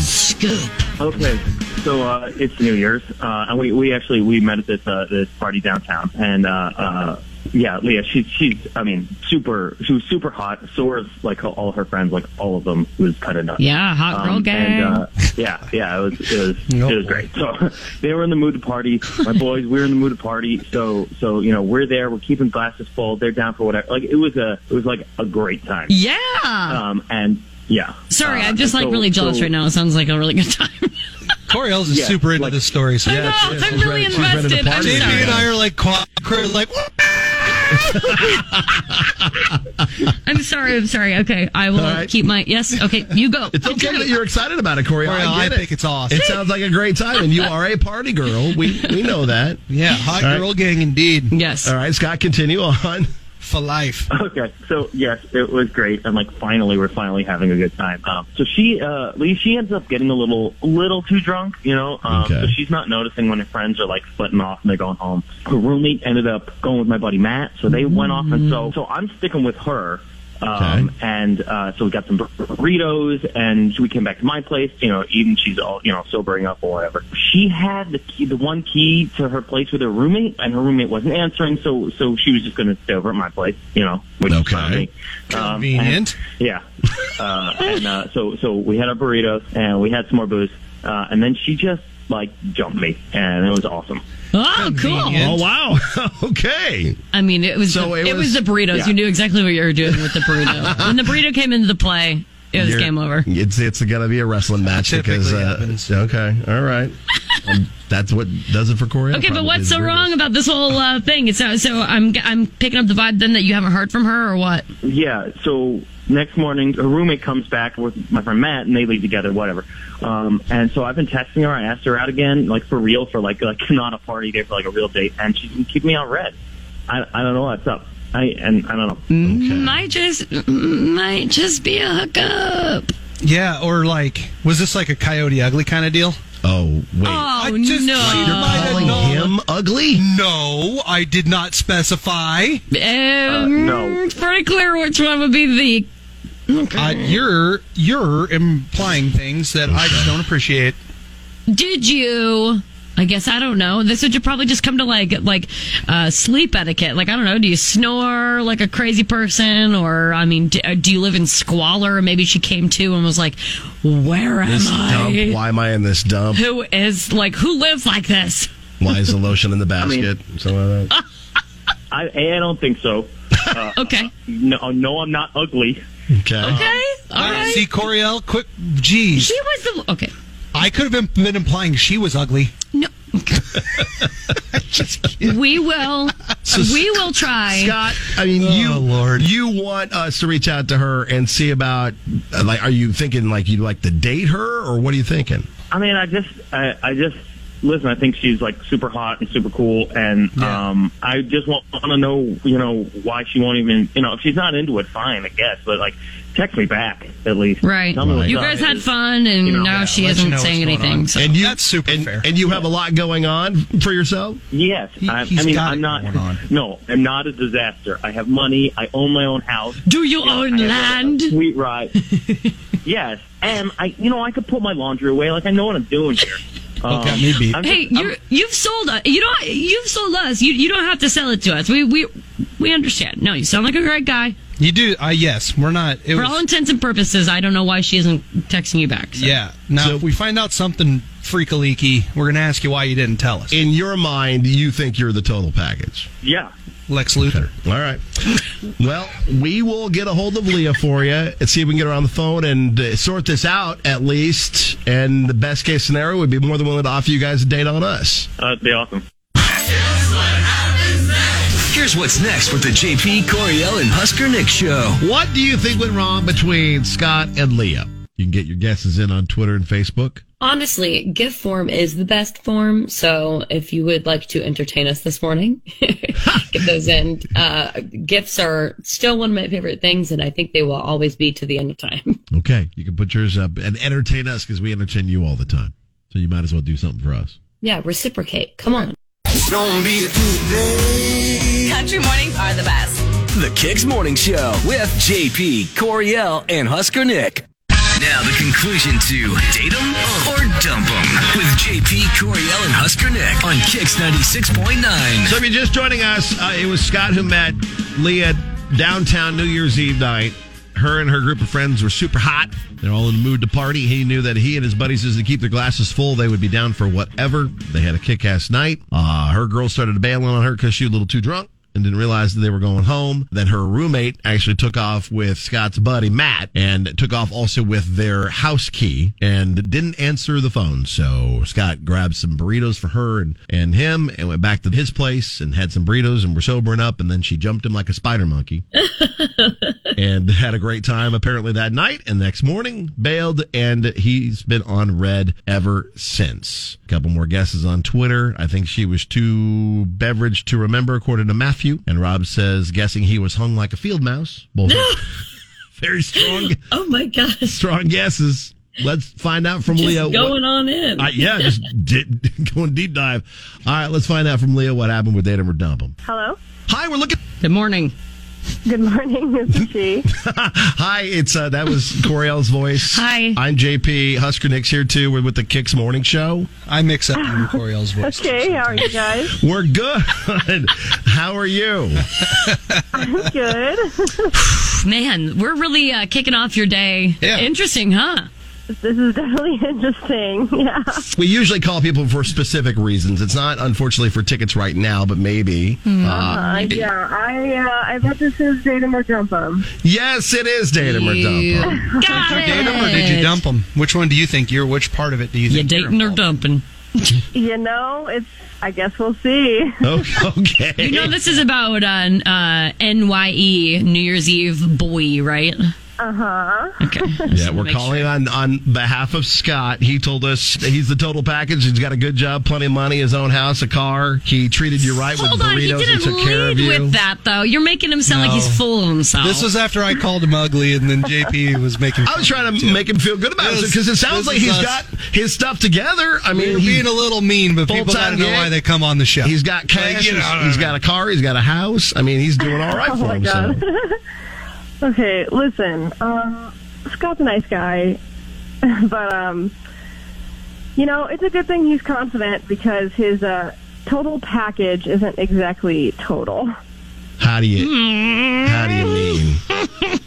Okay, so uh, it's New Year's, uh, and we, we actually we met at this uh, this party downtown, and uh, uh, yeah, Leah, she's she's I mean super she was super hot. So was like all her friends, like all of them was kind of nuts.
Yeah, hot girl gang.
And, uh, yeah, yeah, it was it was,
No.
it was great. So they were in the mood to party. My boys, we were in the mood to party. So so you know we're there. We're keeping glasses full. They're down for whatever. Like it was a it was like a great time.
yeah.
Um and yeah.
Sorry,
Uh,
I'm just like
so-
really jealous
so-
right now. It sounds like a really good time.
Coriel's is
Yeah,
super into
like-
this story. So
I know. I'm really
ready- she's ready to
invested. I'm
party.
JP
sorry.
and I are like qua- cra- like
I'm sorry. I'm sorry. Okay, I will
All right.
keep my yes. Okay, you go.
It's okay that you're excited about it, Corey.
Coriel, I,
I get it.
think it's awesome.
It sounds like a great time, and you are a party girl. We we know that.
yeah, hot
All right.
girl gang indeed
Yes.
All right, Scott, continue on.
for life.
Okay, so yes, it was great, and like finally, we're finally having a good time. Um, so she, uh, Lee, she ends up getting a little, little too drunk, you know. Um,
Okay.
So she's not noticing when her friends are like splitting off and they're going home. Her roommate ended up going with my buddy Matt, so they went off, and so so I'm sticking with her. Um,
Okay.
And uh, so we got some burritos, and we came back to my place. You know, even she's all you know sobering up or whatever. She had the key, the one key to her place with her roommate, and her roommate wasn't answering, so so she was just going to stay over at my place. You know, which is fine with
Okay.
me. Um,
Convenient.
and- yeah. Uh, and uh, so so we had our burritos and we had some more booze, uh, and then she just like jumped me, and it was awesome.
Oh, cool.
Convenient.
Oh wow. okay.
I mean, it was
So
the,
it
it,
was-
was, the burritos.
yeah.
You knew exactly what you were doing with the burrito. when the burrito came into the play, it was
You're-
game over.
It's it's gonna be a wrestling match
Typically
because uh,
happens.
okay. All right. Um,
That's what does it for Corey.
Okay, but what's so wrong about this whole uh, thing? It's, uh, so I'm I'm picking up the vibe then that you haven't heard from her or what?
Yeah. So next morning, her roommate comes back with my friend Matt, and they leave together, whatever. Um, and so I've been texting her. I asked her out again, like for real, for like like not a party day, for like a real date, and she's been keeping me on red. I I don't know what's up. I and I don't know.
Might just might just be a hookup.
Uh-huh.
Yeah, or like, was this like a Coyote Ugly kind of deal?
Oh wait,
Oh no!
calling him
ugly?
No, I did not specify.
Uh,
Um, It's pretty clear which one would be the.
Uh, you're you're implying things that I just don't appreciate.
Did you? I guess I don't know. This would probably just come to like like uh, sleep etiquette. Like I don't know. Do you snore like a crazy person, or I mean, do, uh, do you live in squalor? Maybe she came to and was like, "Where am
this
I?
dump? Why am I in this dump?
Who is like who lives like this?"
Why is the lotion in the
mean-
basket? Something like that.
I I don't think so. Uh,
okay.
No, no, I'm not ugly.
Okay.
Okay, all
Uh,
right.
See, Coriel, quick, geez,
She was the okay.
I could have been, been implying she was ugly.
No. we will. we will try.
Scott, I mean, you
Lord.
you want us to reach out to her and see about uh, like, are you thinking like you'd like to date her, or what are you thinking?
I mean, I just, I, I just listen. I think she's like super hot and super cool, and um, I just want, want to know, you know, why she won't even, you know, if she's not into it, fine, I guess, but like, text me back at least.
Right.
Tell me what's
You
up.
guys had fun, and
You know,
now
yeah,
she
let you
isn't
know what's
saying
going
anything.
on.
So.
And you
That's super
and,
fair.
And you have a lot going on for yourself.
Yes,
He-
I,
he's
I mean,
got
I'm
it
not.
going on.
No, I'm not a disaster. I have money. I own my own house.
Do you
know,
own
I have a-
land?
a Sweet ride. yes, and I, you know, I could put my laundry away. Like I know what I'm doing here. Um,
Oh.
got me beat.
I'm just-
Hey, you're, you've sold us. You don't. You've sold us. You you don't have to sell it to us. We we we understand. No, you sound like a great guy.
You do? Uh, yes, we're not. It
For
was,
all intents and purposes, I don't know why she isn't texting you back. so.
yeah. Now, if we find out something freaky we're gonna ask you why you didn't tell us.
In your mind, you think you're the total package.
yeah.
Lex Luthor.
All right. Well, we will get a hold of Leah for you and see if we can get her on the phone and uh, sort this out at least. And the best case scenario would be more than willing to offer you guys a date on us.
Uh, that'd be awesome.
Here's what's next with the JP Coriel and Husker Nick show.
What do you think went wrong between Scott and Leah? You can get your guesses in on Twitter and Facebook.
Honestly, GIF form is the best form. So if you would like to entertain us this morning, get those in. Uh, GIFs are still one of my favorite things, and I think they will always be to the end of time.
Okay, you can put yours up and entertain us because we entertain you all the time. So you might as well do something for us.
Yeah, reciprocate. Come on.
Country mornings are the best.
The Kicks Morning Show with JP Coriel and Husker Nick. Now the conclusion to date 'em or dump 'em with JP Coriel and Husker Nick on Kicks ninety six point nine.
So if you're just joining us, uh, it was Scott who met Leah downtown New Year's Eve night. Her and her group of friends were super hot. They're all in the mood to party. He knew that he and his buddies, as they keep their glasses full, they would be down for whatever. They had a kick ass night. Uh, her girl started bailing on her because she was a little too drunk and didn't realize that they were going home. Then her roommate actually took off with Scott's buddy Matt and took off also with their house key and didn't answer the phone. So Scott grabbed some burritos for her and, and him and went back to his place and had some burritos and were sobering up. And then she jumped him like a spider monkey and had a great time apparently that night and next morning bailed and he's been on red ever since a couple more guesses on twitter i think she was too beverage to remember according to matthew and rob says guessing he was hung like a field mouse both very strong
Oh my gosh.
strong guesses let's find out from
Just
leo
going on in.
Uh, yeah just did, going deep dive all right let's find out from leo what happened with date him or dump him
Hello.
hi we're looking
Good morning.
Good morning. This is she.
Hi, it's uh, that was Coriel's voice.
Hi.
I'm JP. Husker Nick's here too. We're with the Kicks Morning Show.
I mix up you and Coriel's voice.
Okay, how are you guys?
We're good. How are you?
I'm good.
Man, we're really uh, kicking off your day.
Yeah.
Interesting, huh?
This is definitely interesting. Yeah.
We usually call people for specific reasons. It's not unfortunately for tickets right now, but maybe.
Hmm.
Uh,
Uh, yeah. I uh, I bet this is Datum or Jump 'em.
yes, it is datum or dump. 'em.
Got
Did you date 'em or did you dump them? Which one do you think you're? Which part of it do you
You
think? you're
dating or
involved?
dumping?
you know, it's. I guess we'll see.
Okay.
You know this is about uh, uh, NYE New Year's Eve boy, right?
Uh huh.
Okay.
Yeah, we're calling on on behalf of Scott. He told us that he's the total package. He's got a good job, plenty of money, his own house, a car. He treated you right
Hold
with
on, he
burritos and
didn't
took care of
lead
you.
with that though. You're making him sound
No.
like he's full of himself.
This was after I called him ugly, and then JP was making.
I was trying to make him feel good about it
This-
because it sounds
this
like
is
he's
us.
got his stuff together. I mean,
We're being a little mean, but people
full-time
gotta know why
gig.
they come on the show.
He's got cash.
you know,
he's- he's got a car. He's got a house. I mean, he's doing all right
Oh
for
my
himself.
god. okay, listen. Um, Scott's a nice guy, but um, you know, it's a good thing he's confident because his uh, total package isn't exactly total.
How do you? How do you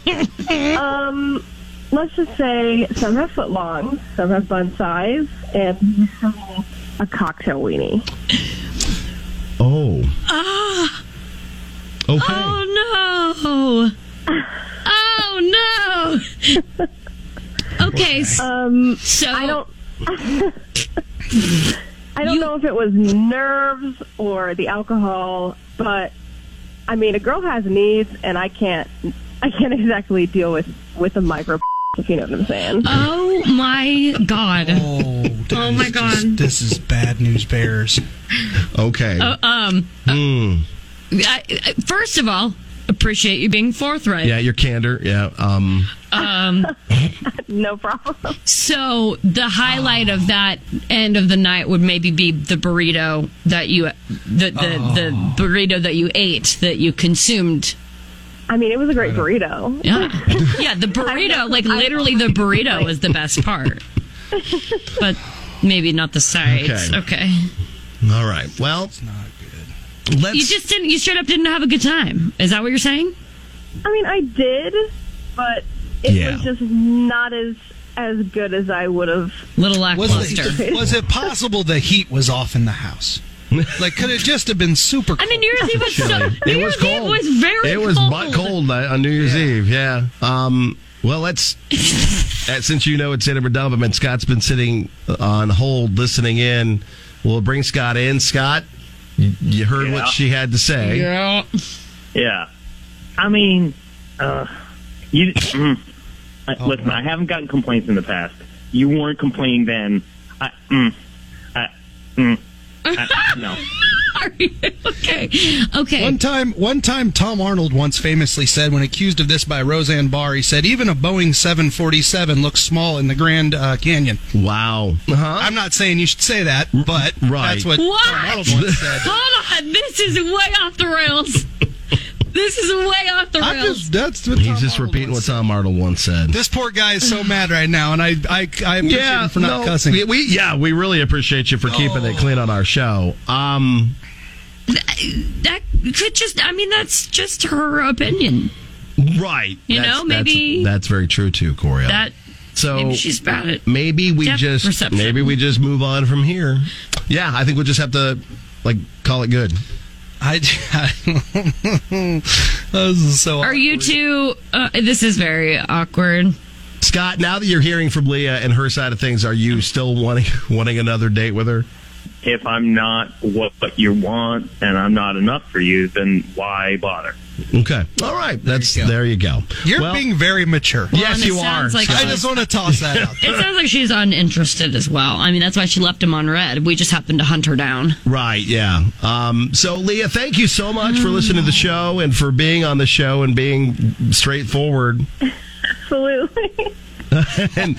mean?
um, let's just say some have foot long, some have bun size, and he's having a cocktail weenie.
Oh.
Ah.
Okay.
Oh no. Oh no. Okay.
Um,
so I don't.
I don't know if it was nerves or the alcohol, but I mean, a girl has needs, and I can't, I can't exactly deal with with a micro. If you know what I'm saying.
Oh my god.
Oh,
Oh my god.
this is bad news bears.
Okay. Hmm.
Uh, um. I, I, first of all, appreciate you being forthright.
Yeah, your candor. Yeah. Um.
Um,
no problem.
So the highlight of that end of the night would maybe be the burrito that you, the the,
Oh.
the burrito that you ate that you consumed.
I mean, it was a great burrito.
Yeah, yeah. Uh, The burrito, like literally, the burrito was the best part, but maybe not the sides.
Okay.
Okay.
All right. Well, it's not good. Let's.
You just didn't. You straight up didn't have a good time. Is that what you're saying?
I mean, I did, but it
Yeah.
was just not as as good as I would have.
Little
Was
lackluster.
it, was it possible the heat was off in the house? Like, could it just have been super?
I
Cold?
mean, New Year's Eve was so.
Chilly.
New Year's Eve was very.
It was
cold.
butt cold night on New Year's Eve. Yeah. Um. Well, let's. uh, since you know it's in a redundant, and Scott's been sitting on hold listening in. We'll bring Scott in. Scott, you, you heard
Yeah.
what she had to say.
Yeah.
Yeah. I mean, uh, you mm, I,
Oh,
listen. I haven't gotten complaints in the past. You weren't complaining then. I, mm, I, mm, I no.
okay. Okay.
One time, one time, Tom Arnold once famously said, when accused of this by Roseanne Barr, he said, "Even a Boeing 747 looks small in the Grand uh, Canyon."
Wow.
I'm not saying you should say that, but that's what, Tom
What?
Arnold once said.
Hold on. This is way off the rails. This is way off the
I'm
rails.
just that's what
He's just repeating what Tom Arnold once said.
This poor guy is so mad right now, and I I I appreciate him for not
no,
cussing.
We, we- yeah, we really appreciate you for keeping it clean on our show. Um,
that could just. I mean, that's just her opinion.
right.
You know, maybe-
that's, very true too, Corey.
That
so
maybe she's bad at
Maybe we
depth
just
perception.
maybe we just move on from here. Yeah, I think we'll just have to like call it good.
I, this is so.
Are you two? Uh, this is very awkward.
Scott, now that you're hearing from Leah and her side of things, are you still wanting wanting another date with her?
If I'm not what you want and I'm not enough for you, then why bother?
Okay. All right. That's there you go.
You're being very mature.
Well, and
yes,
it
you are.
sounds like
Scott.
I just want to toss that out.
It sounds like she's uninterested as well. I mean, that's why she left him on red. We just happened to hunt her down.
Right, yeah. Um, so, Leah, thank you so much for listening to the show and for being on the show and being straightforward
Absolutely.
and,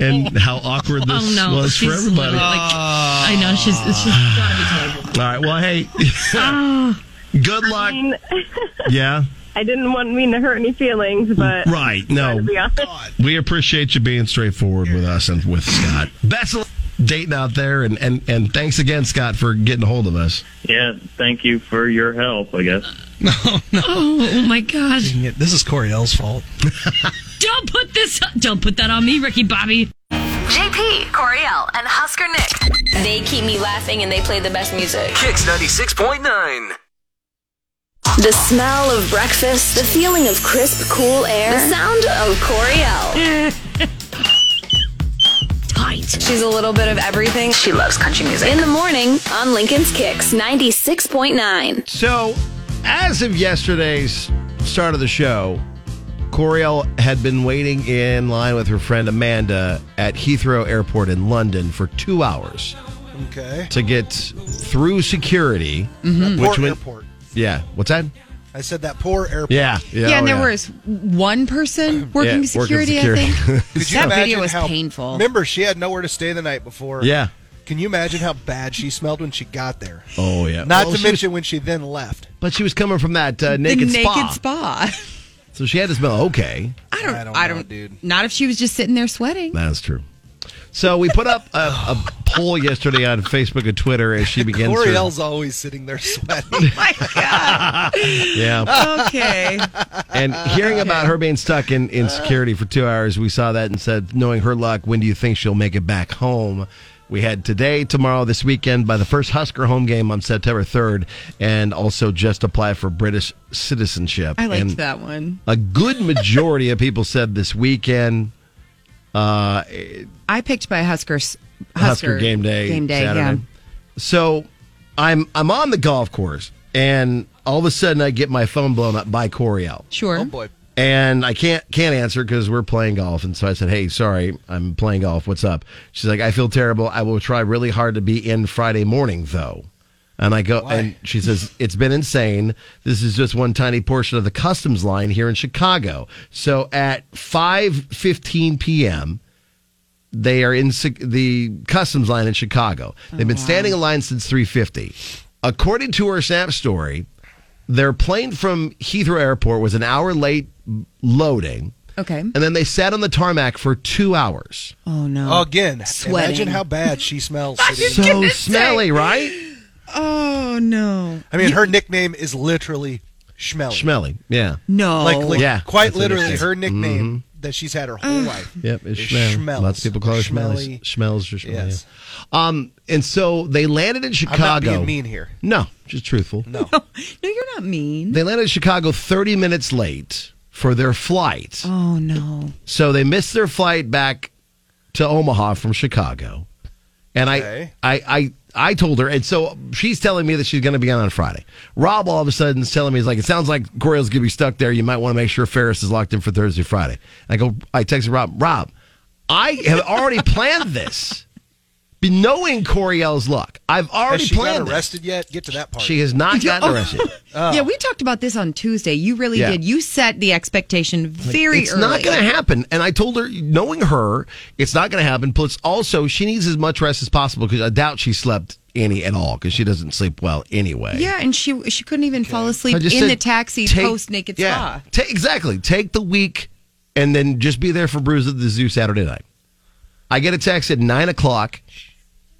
and how awkward this
oh no,
was
she's
for everybody.
literally- I know she's. It's just gotta be terrible.
All right, well, hey,
Ah.
good luck.
I mean,
yeah,
I didn't want mean to hurt any feelings, but
right. No,
to be honest,
we appreciate you being straightforward with us and with Scott. Best of dating out there, and, and, and thanks again, Scott, for getting a hold of us.
Yeah, thank you for your help, I guess.
Oh, oh my god!
Dang it, This is Corey L's fault.
Don't put this. Don't put that on me, Ricky Bobby.
JP, Coriel, and Husker Nick. They keep me laughing and they play the best music.
Kicks 96.9.
The smell of breakfast, the feeling of crisp, cool air, the sound of Coriel.
Tight.
Perfect.
She's a little bit of everything. She loves country music. In the morning on Lincoln's Kicks 96.9.
So, as of yesterday's start of the show, Coriel had been waiting in line with her friend Amanda at Heathrow Airport in London for two hours
Okay.
to get through security.
Mhm. That
Hmm. Which
poor
went,
airport.
Yeah. What's that?
I said that poor airport.
Yeah.
Yeah,
oh,
and there was one person working,
working
security,
security.
I think.
Could you
that
imagine
video was
how-
painful.
Remember, she had nowhere to stay the night before.
Yeah.
Can you imagine how bad she smelled when she got there?
Oh yeah.
Not
Well,
to
she
mention when she then left.
was- but she was coming from that uh, naked,
the
spa,
naked spa.
so she had to smell okay.
I don't. I don't. dude. Not if she was just sitting there sweating.
That's true. So we put up a, a poll yesterday on Facebook and Twitter as she begins. her-
Coriel's always sitting there sweating. oh my god.
Yeah.
Okay.
And hearing about her being stuck in, in security for two hours, we saw that and said, knowing her luck, when do you think she'll make it back home? We had today, tomorrow, this weekend by the first Husker home game on September 3rd, and also just apply for British citizenship.
I liked
And
that one.
A good majority of people said this weekend. Uh,
I picked by Huskers.
Husker, game day.
Game day. Yeah.
Saturday. So I'm I'm on the golf course, and all of a sudden I get my phone blown up by Coriel.
Sure. Oh
boy.
And I can't can't answer because we're playing golf, and so I said, "Hey, sorry, I'm playing golf. What's up?" She's like, "I feel terrible. I will try really hard to be in Friday morning, though." And I go, and she says, It's been insane. This is just one tiny portion of the customs line here in Chicago. So at 5 15 p.m., they are in sec- the customs line in Chicago. They've been standing in line since 350. According to her snap story, their plane from Heathrow Airport was an hour late loading,
Okay.
and then they sat on the tarmac for two hours.
Oh no.
Again,
Sweating.
imagine how bad she smells.
So gonna say. smelly, right?
Oh no.
I mean, her nickname is literally Schmelly.
Schmelly, yeah.
No.
Like, like
Yeah,
quite
that's what it
literally
is. Mm-hmm.
her nickname that she's had her whole life.
Yep, it
It
smells.
smells.
Lots of people call it smelly.
Schmelly.
Smells or smelly.
Yes.
yeah. Um, and so they landed in Chicago.
being mean here.
No, just truthful.
No.
No, you're not mean.
They landed in Chicago 30 minutes late for their flight.
Oh no.
So they missed their flight back to Omaha from Chicago. And
Okay.
I, I, I, I told her, and so she's telling me that she's going to be on on Friday. Rob all of a sudden is telling me, he's like, it sounds like Coriel's going to be stuck there. You might want to make sure Ferris is locked in for Thursday, Friday. And I go, I texted Rob, Rob, I have already planned this. Be- Knowing Coriel's luck, I've already
Has she
planned
got
this.
arrested yet? Get to that part.
She has not gotten arrested.
Yeah, we talked about this on Tuesday. You really
Oh. Yeah.
did. You set the expectation very
it's
early.
not going to happen. And I told her, knowing her, it's not going to happen. Plus, also, she needs as much rest as possible because I doubt she slept any at all because she doesn't sleep well anyway.
Yeah, and she she couldn't even fall asleep
I
in
just
the
said,
taxi
take-
post naked spa.
yeah, ta- exactly. Take the week and then just be there for Bruise at the Zoo Saturday night. I get a text at nine o'clock.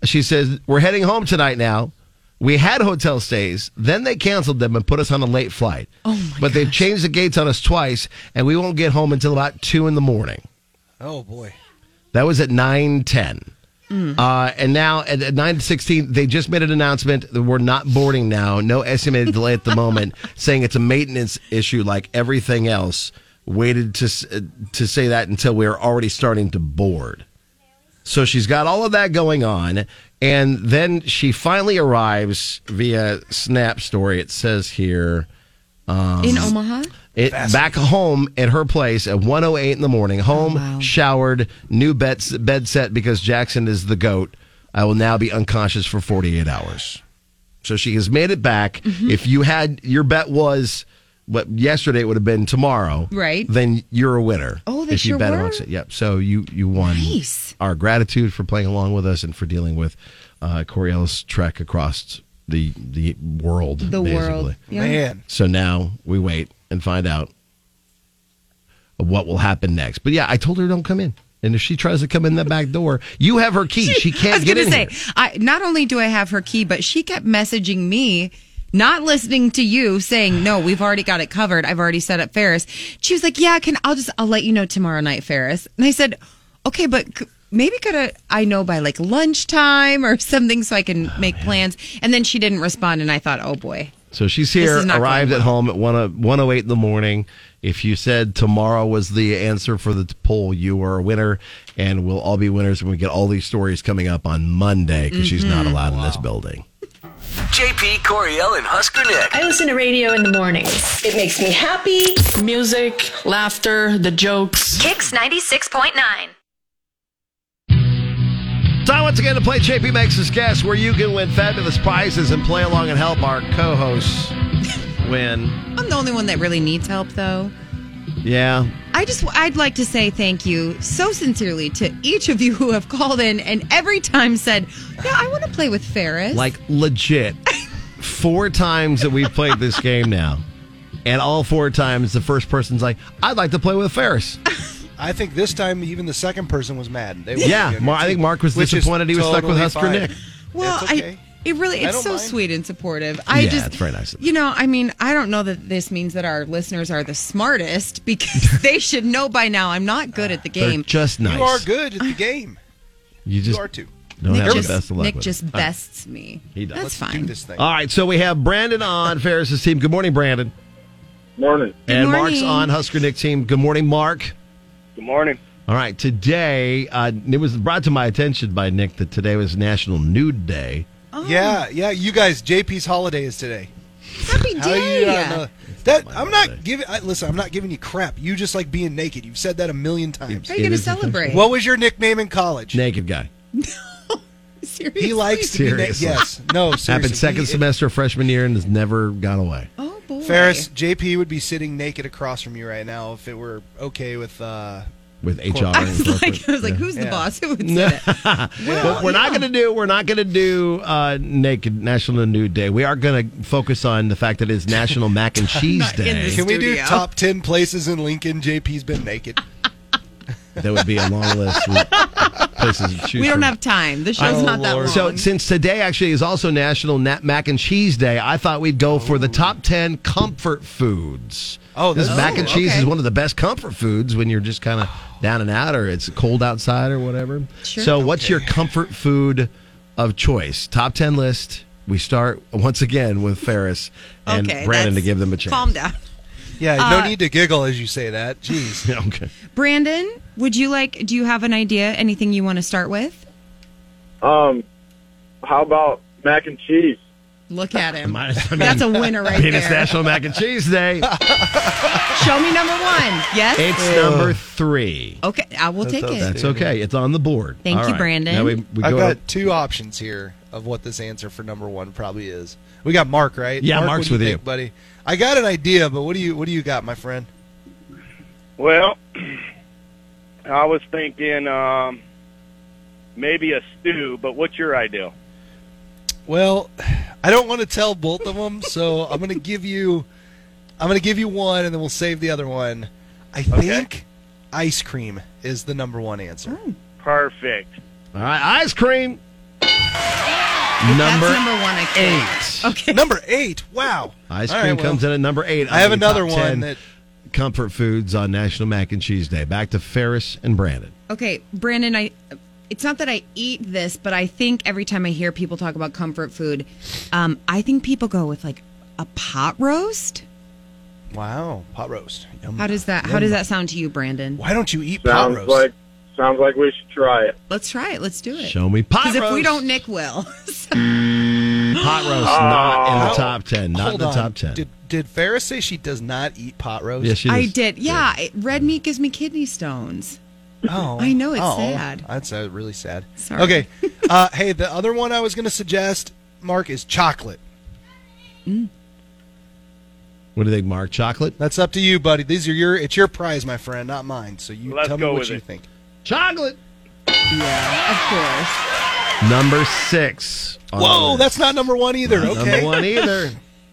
She says, We're heading home tonight now. We had hotel stays, then they canceled them and put us on a late flight.
Oh my
but they've changed the gates on us twice, and we won't get home until about two in the morning.
Oh boy.
That was at nine ten, Uh, and now at, at 9 16, they just made an announcement that we're not boarding now. No estimated delay at the moment, saying it's a maintenance issue like everything else. Waited to, s- uh, to say that until we were already starting to board. So she's got all of that going on. And then she finally arrives via Snap Story. It says here. Um,
In Omaha?
it back home at her place at 108 in the morning.
Oh,
Home, showered, new bed, bed set because Jackson is the goat. I will now be unconscious for 48 hours. So she has made it back.
Mm-hmm.
If you had your bet was what yesterday it would have been tomorrow,
Right.
Then you're a winner.
Oh, they
if you
sure
bet
were?
amongst it. Yep. So you you won.
Nice.
Our gratitude for playing along with us and for dealing with uh, Coriel's trek across the the world.
The world.
basically.
Yeah.
Man.
So now we wait and find out what will happen next. But yeah, I told her don't come in. And if she tries to come in the back door, you have her key. She
I
can't
was
get
gonna
in
say,
here.
I not only do I have her key, but she kept messaging me, not listening to you, saying, "No, we've already got it covered. I've already set up Ferris." She was like, "Yeah, can I'll just I'll let you know tomorrow night, Ferris." And I said, "Okay, but." c- Maybe could I, I know by like lunchtime or something so I can
Oh,
make plans. And then she didn't respond, and I thought, oh boy.
So she's
This
here,
is not
arrived
going
at home at 1, 108 in the morning, If you said tomorrow was the answer for the t- poll, you were a winner, and we'll all be winners when we get all these stories coming up on Monday because she's
Mm-hmm.
not
Mhm.
allowed in this building.
JP Coriel and Husker Nick.
I listen to radio in the mornings. It makes me happy. Music, laughter, the jokes.
Kicks 96.9.
Time once again to play JP Makes Us Guess, where you can win fabulous prizes and play along and help our co hosts win.
I'm the only one that really needs help, though.
Yeah.
I just, I'd like to say thank you so sincerely to each of you who have called in and every time said, Yeah, I want to play with Ferris.
Like, legit. Four times that we've played this game now. And all four times, the first person's like, I'd like to play with Ferris.
I think this time even the second person was mad. They were
Yeah,
getting
Mar- I
it,
think Mark was
which is
disappointed he was stuck with
totally
Husker
fine.
Nick.
well,
That's okay.
I, it really,
I
it's
don't
so
mind.
sweet and supportive. I
yeah,
just,
that's very nice.
You know, I mean, I don't know that this means that our listeners are the smartest because they should know by now I'm not good at the
They're
game.
just nice.
You are good at
Uh,
the game.
You just
you are too.
don't
Nick
have
just,
the best of luck
Nick
with it.
just
All right.
bests me.
He does.
That's
Let's do
fine.
this
All right, so we have Brandon on Ferris's team. Good morning, Brandon. Morning. and Mark's
morning.
on Husker Nick team. Good morning, Mark.
Good morning.
All right, today uh, it was brought to my attention by Nick that today was National Nude Day.
Oh.
Yeah, yeah. You guys, JP's holiday is today.
Happy
How do you uh,
day.
not know? That I'm not giving. I, listen, I'm not giving you crap. You just like being naked. You've said that a million times.
How are you It gonna is the thing. celebrate?
What was your nickname in college?
Naked guy.
Seriously?
He likes to be naked.
Seriously.
Yes. No. Seriously.
Happened second
He-
semester of freshman year and has never gone away.
Oh,
Ferris, JP would be sitting naked across from you right now if it were okay with uh
With
corporate.
HR I was and like- corporate, I was like, yeah.
who's the boss? Who would
No.
say that?
But we're not going to do we're not going to do uh, naked National Nude Day. We are going to focus on the fact that it's National Mac and Cheese Day.
Can we do top ten places in Lincoln? JP's been naked.
That would be a long list of places to choose
We don't
from.
have time. The
Oh,
show's not that long.
So since today actually is also National Na- Mac and Cheese Day, I thought we'd go for the top ten comfort foods.
Oh,
this
that's
mac and
cool.
cheese
Okay.
is one of the best comfort foods when you're just kind of down and out, or it's cold outside, or whatever.
Sure.
So, what's your comfort food of choice? Top ten list. We start once again with Ferris and
Okay,
Brandon to
that's-
give them a chance.
Calm down.
Yeah,
Uh,
no need to giggle as you say that. Jeez.
okay.
Brandon, would you like, do you have an idea, anything you want to start with?
Um, how about mac and cheese?
Look at him.
I mean,
That's a winner right
being it's
there.
National Mac and Cheese Day.
Show me number one. Yes?
It's number three.
Okay, I will take it.
That's okay. It's on the board.
Thank
All
you,
right.
Brandon.
Now we, we
I've
go
got two options here of what this answer for number one probably is. We got Mark, right?
Yeah,
Mark,
Mark's
what do
with you.
think, buddy. I got an idea, but what do you what do you got, my friend?
Well, I was thinking um, maybe a stew, but what's your ideal?
Well, I don't want to tell both of them, so I'm going to give you I'm going to give you one and then we'll save the other one. I think ice cream is the number one answer.
Perfect.
All right, ice cream. Number,
one
eight.
Okay.
Number eight. Wow.
ice
All
cream
right, well,
comes in at number eight.
I have
on the top
another one
10
that-
comfort foods on National Mac and Cheese Day. Back to Ferris and Brandon.
Okay, Brandon, I it's not that I eat this, but I think every time I hear people talk about comfort food, um, I think people go with like a pot roast.
Wow, pot roast. Yum.
How does that how
Yum.
does that sound to you, Brandon?
Why don't you eat pot
Sounds
roast?
like sounds like we should try it.
Let's try it. Let's do it.
Show me pot
Because if we
roast.
don't, Oh. Nick will.
Pot roast not in the top ten. Not in
Hold
the
on.
top ten.
Did did Farrah say she does not eat pot roast?
Yes, she
I did. Yeah, it- red meat gives me kidney stones.
Oh,
I know it's
Oh,
sad.
That's uh, really sad.
Sorry.
Okay. uh, hey, the other one I was going to suggest, Mark, is chocolate.
What do they mark? Chocolate.
That's up to you, buddy. These are your. It's your prize, my friend, not mine. So you
Let's
tell me
go
what
with
you
it.
think.
Chocolate.
Yeah, of course.
Number six. on the
Whoa,
list.
that's not number one either.
Not
okay,
number one either.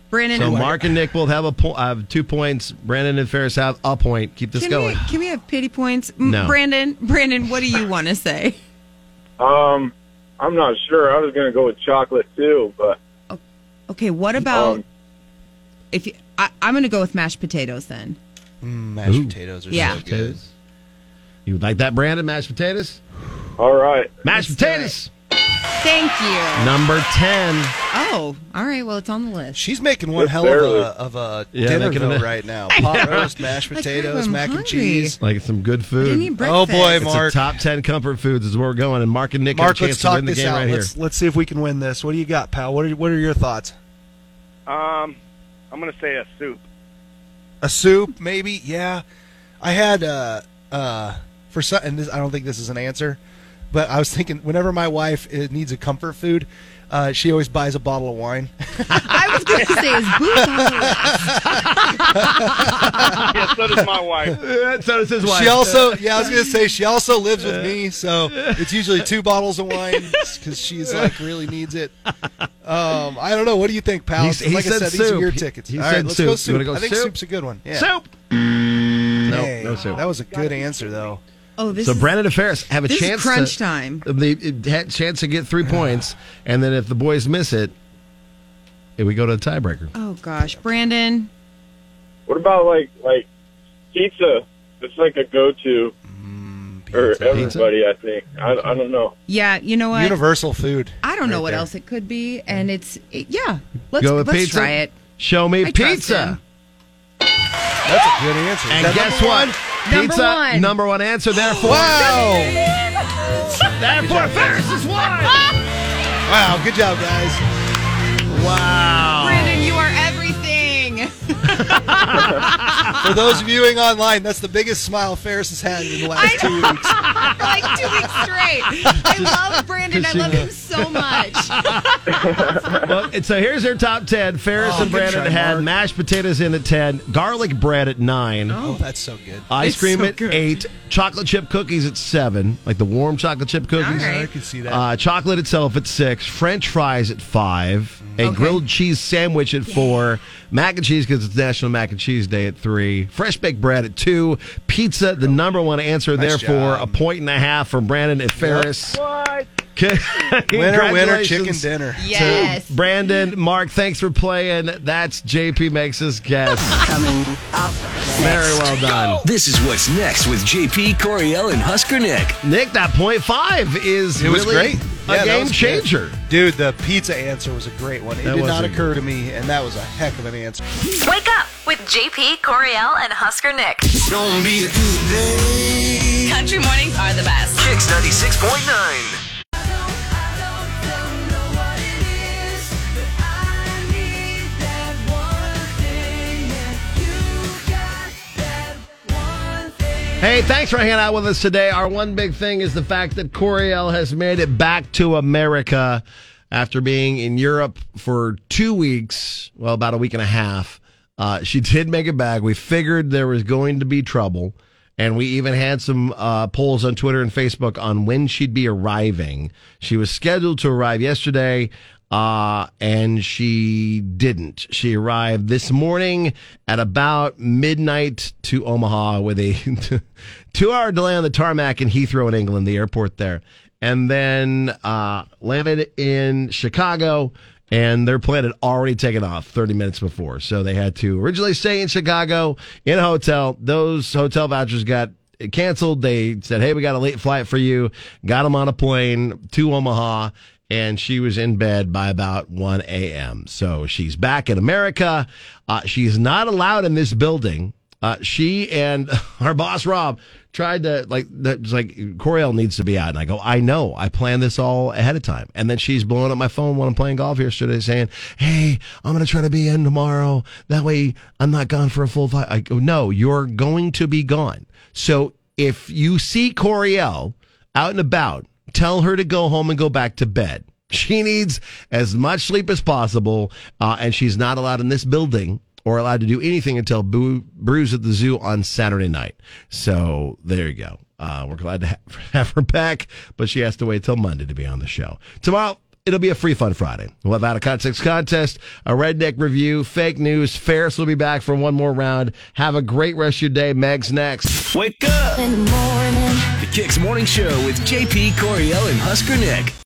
Brandon,
So Mark and Nick both have a po- have two points. Brandon and Ferris have a point. Keep this
can
going.
we can we have pity points? M-
No.
Brandon, Brandon, what do you want to say?
Um, I'm not sure. I was going to go with chocolate too, but
Okay, what about
Um,
if you, I, I'm going to go with mashed potatoes then?
Mm, mashed
Ooh.
potatoes are
Yeah.
so good.
You would like that, Brandon? Mashed potatoes?
all right.
Mashed potatoes!
Thank you.
Number 10.
Oh, all right. Well, it's on the list.
She's making one
Just
hell of
barely.
a, of a
Yeah,
dinner
making a-
meal right now. Pot roast, mashed
Like,
potatoes,
I'm
mac and
hungry.
cheese.
Like some good food.
didn't eat breakfast.
Oh, boy,
It's the
Mark.
top 10 comfort foods is where we're going. And Mark and Nick
Mark,
have a chance
let's
to
talk
win the
this
game
out.
right here.
let's let's see if we can win this. What do you got, pal? What are what are your thoughts?
Um, I'm gonna say a soup.
A soup, maybe? Yeah. I had uh uh for some and this, I don't think this is an answer, but I was thinking whenever my wife uh, needs a comfort food, uh, she always buys a bottle of wine.
I was going to say is booze on the
yeah, so does my wife.
so does his
She also, yeah, I was gonna say she also lives with me, so it's usually two bottles of wine because she's like really needs it. Um, I don't know. What do you think, pal?
He's- he
like I
said
said, these are
soup.
your
He-
tickets.
he
All right,
said
let's
soup.
go
You
soup.
wanna go
I think
soup?
soup's a good one. Yeah.
Soup. No,
Hey,
no soup.
That was a good answer though.
Oh, this
so
is-
Brandon and Ferris have a
this is
chance.
crunch
to,
time.
They it had chance to get three points, and then if the boys miss it, eh, we go to a tiebreaker.
Oh gosh, Brandon.
What about like like pizza? It's like a go-to
Er,
for everybody. I think. I, I don't know.
Yeah, you know what?
Universal food.
I don't know
Right
what
there.
else it could be, and it's it- yeah. Let's
go with
let's
pizza.
try it.
Show me
I trust
pizza.
him.
That's a good answer.
And
That's
guess
number
what?
one.
Number
pizza
one.
number one answer. Therefore,
Wow.
Therefore, Ferris is one.
Wow. Good job, guys.
Wow.
Brandon, you are everything.
For those viewing online, that's the biggest smile Ferris has had in the last two weeks.
like two weeks straight. I love Brandon. I love him so much.
well, and so here's their top ten. Ferris
Oh,
and
good
Brandon
try,
had
Mark.
mashed potatoes in at ten, garlic bread at nine.
Oh, that's so good.
Ice
It's
cream
so
at eight, chocolate chip cookies at seven, like the warm chocolate chip cookies.
All right. I can see that.
Uh, chocolate itself at six, French fries at five, a grilled cheese sandwich at four, mac and cheese because it's National Mac and Cheese Day at three, fresh baked bread at two, pizza the number one answer,
Nice
therefore
job.
a point and a half from Brandon and Ferris.
What?
Winner, winner, chicken
Congratulations
dinner.
to
Yes.
Brandon, Mark, thanks for playing. That's JP makes us guess. Coming up. Very well done.
This is what's next with JP Coriel and Husker Nick.
Nick, that point five is
It was
really
great.
A
Yeah, that
game
was good.
changer.
Dude, the pizza answer was a great one. It
That
did
was
not
a-
occur to me, and that was a heck of an answer.
Wake up with JP Coriel and Husker Nick.
Don't be
Country mornings are the best.
Kicks 96.9.
Hey, thanks for hanging out with us today. Our one big thing is the fact that Coriel has made it back to America after being in Europe for two weeks, well, about a week and a half. Uh, she did make it back. We figured there was going to be trouble. And we even had some uh, polls on Twitter and Facebook on when she'd be arriving. She was scheduled to arrive yesterday, uh, and she didn't. She arrived this morning at about midnight to Omaha with a two hour delay on the tarmac in Heathrow in England, the airport there, and then uh, landed in Chicago. And their plane had already taken off 30 minutes before. So they had to originally stay in Chicago in a hotel. Those hotel vouchers got canceled. They said, Hey, we got a late flight for you. Got them on a plane to Omaha and she was in bed by about 1 a.m. So she's back in America. Uh, she's not allowed in this building. Uh, she and her boss Rob tried to like that's like Coriel needs to be out, and I go, I know, I planned this all ahead of time, and then she's blowing up my phone when I'm playing golf yesterday, saying, "Hey, I'm gonna try to be in tomorrow. That way, I'm not gone for a full fight." I go, "No, you're going to be gone. So if you see Coriel out and about, tell her to go home and go back to bed. She needs as much sleep as possible, uh, and she's not allowed in this building or allowed to do anything until Boo Brews at the Zoo on Saturday night. So there you go. Uh, we're glad to ha- have her back, but she has to wait till Monday to be on the show. Tomorrow, It'll be a free fun Friday. We'll have out of context contest, a redneck review, fake news. Ferris will be back for one more round. Have a great rest of your day. Meg's next.
Wake up!
In the morning.
The Kicks Morning Show with JP Coriel and Husker Nick.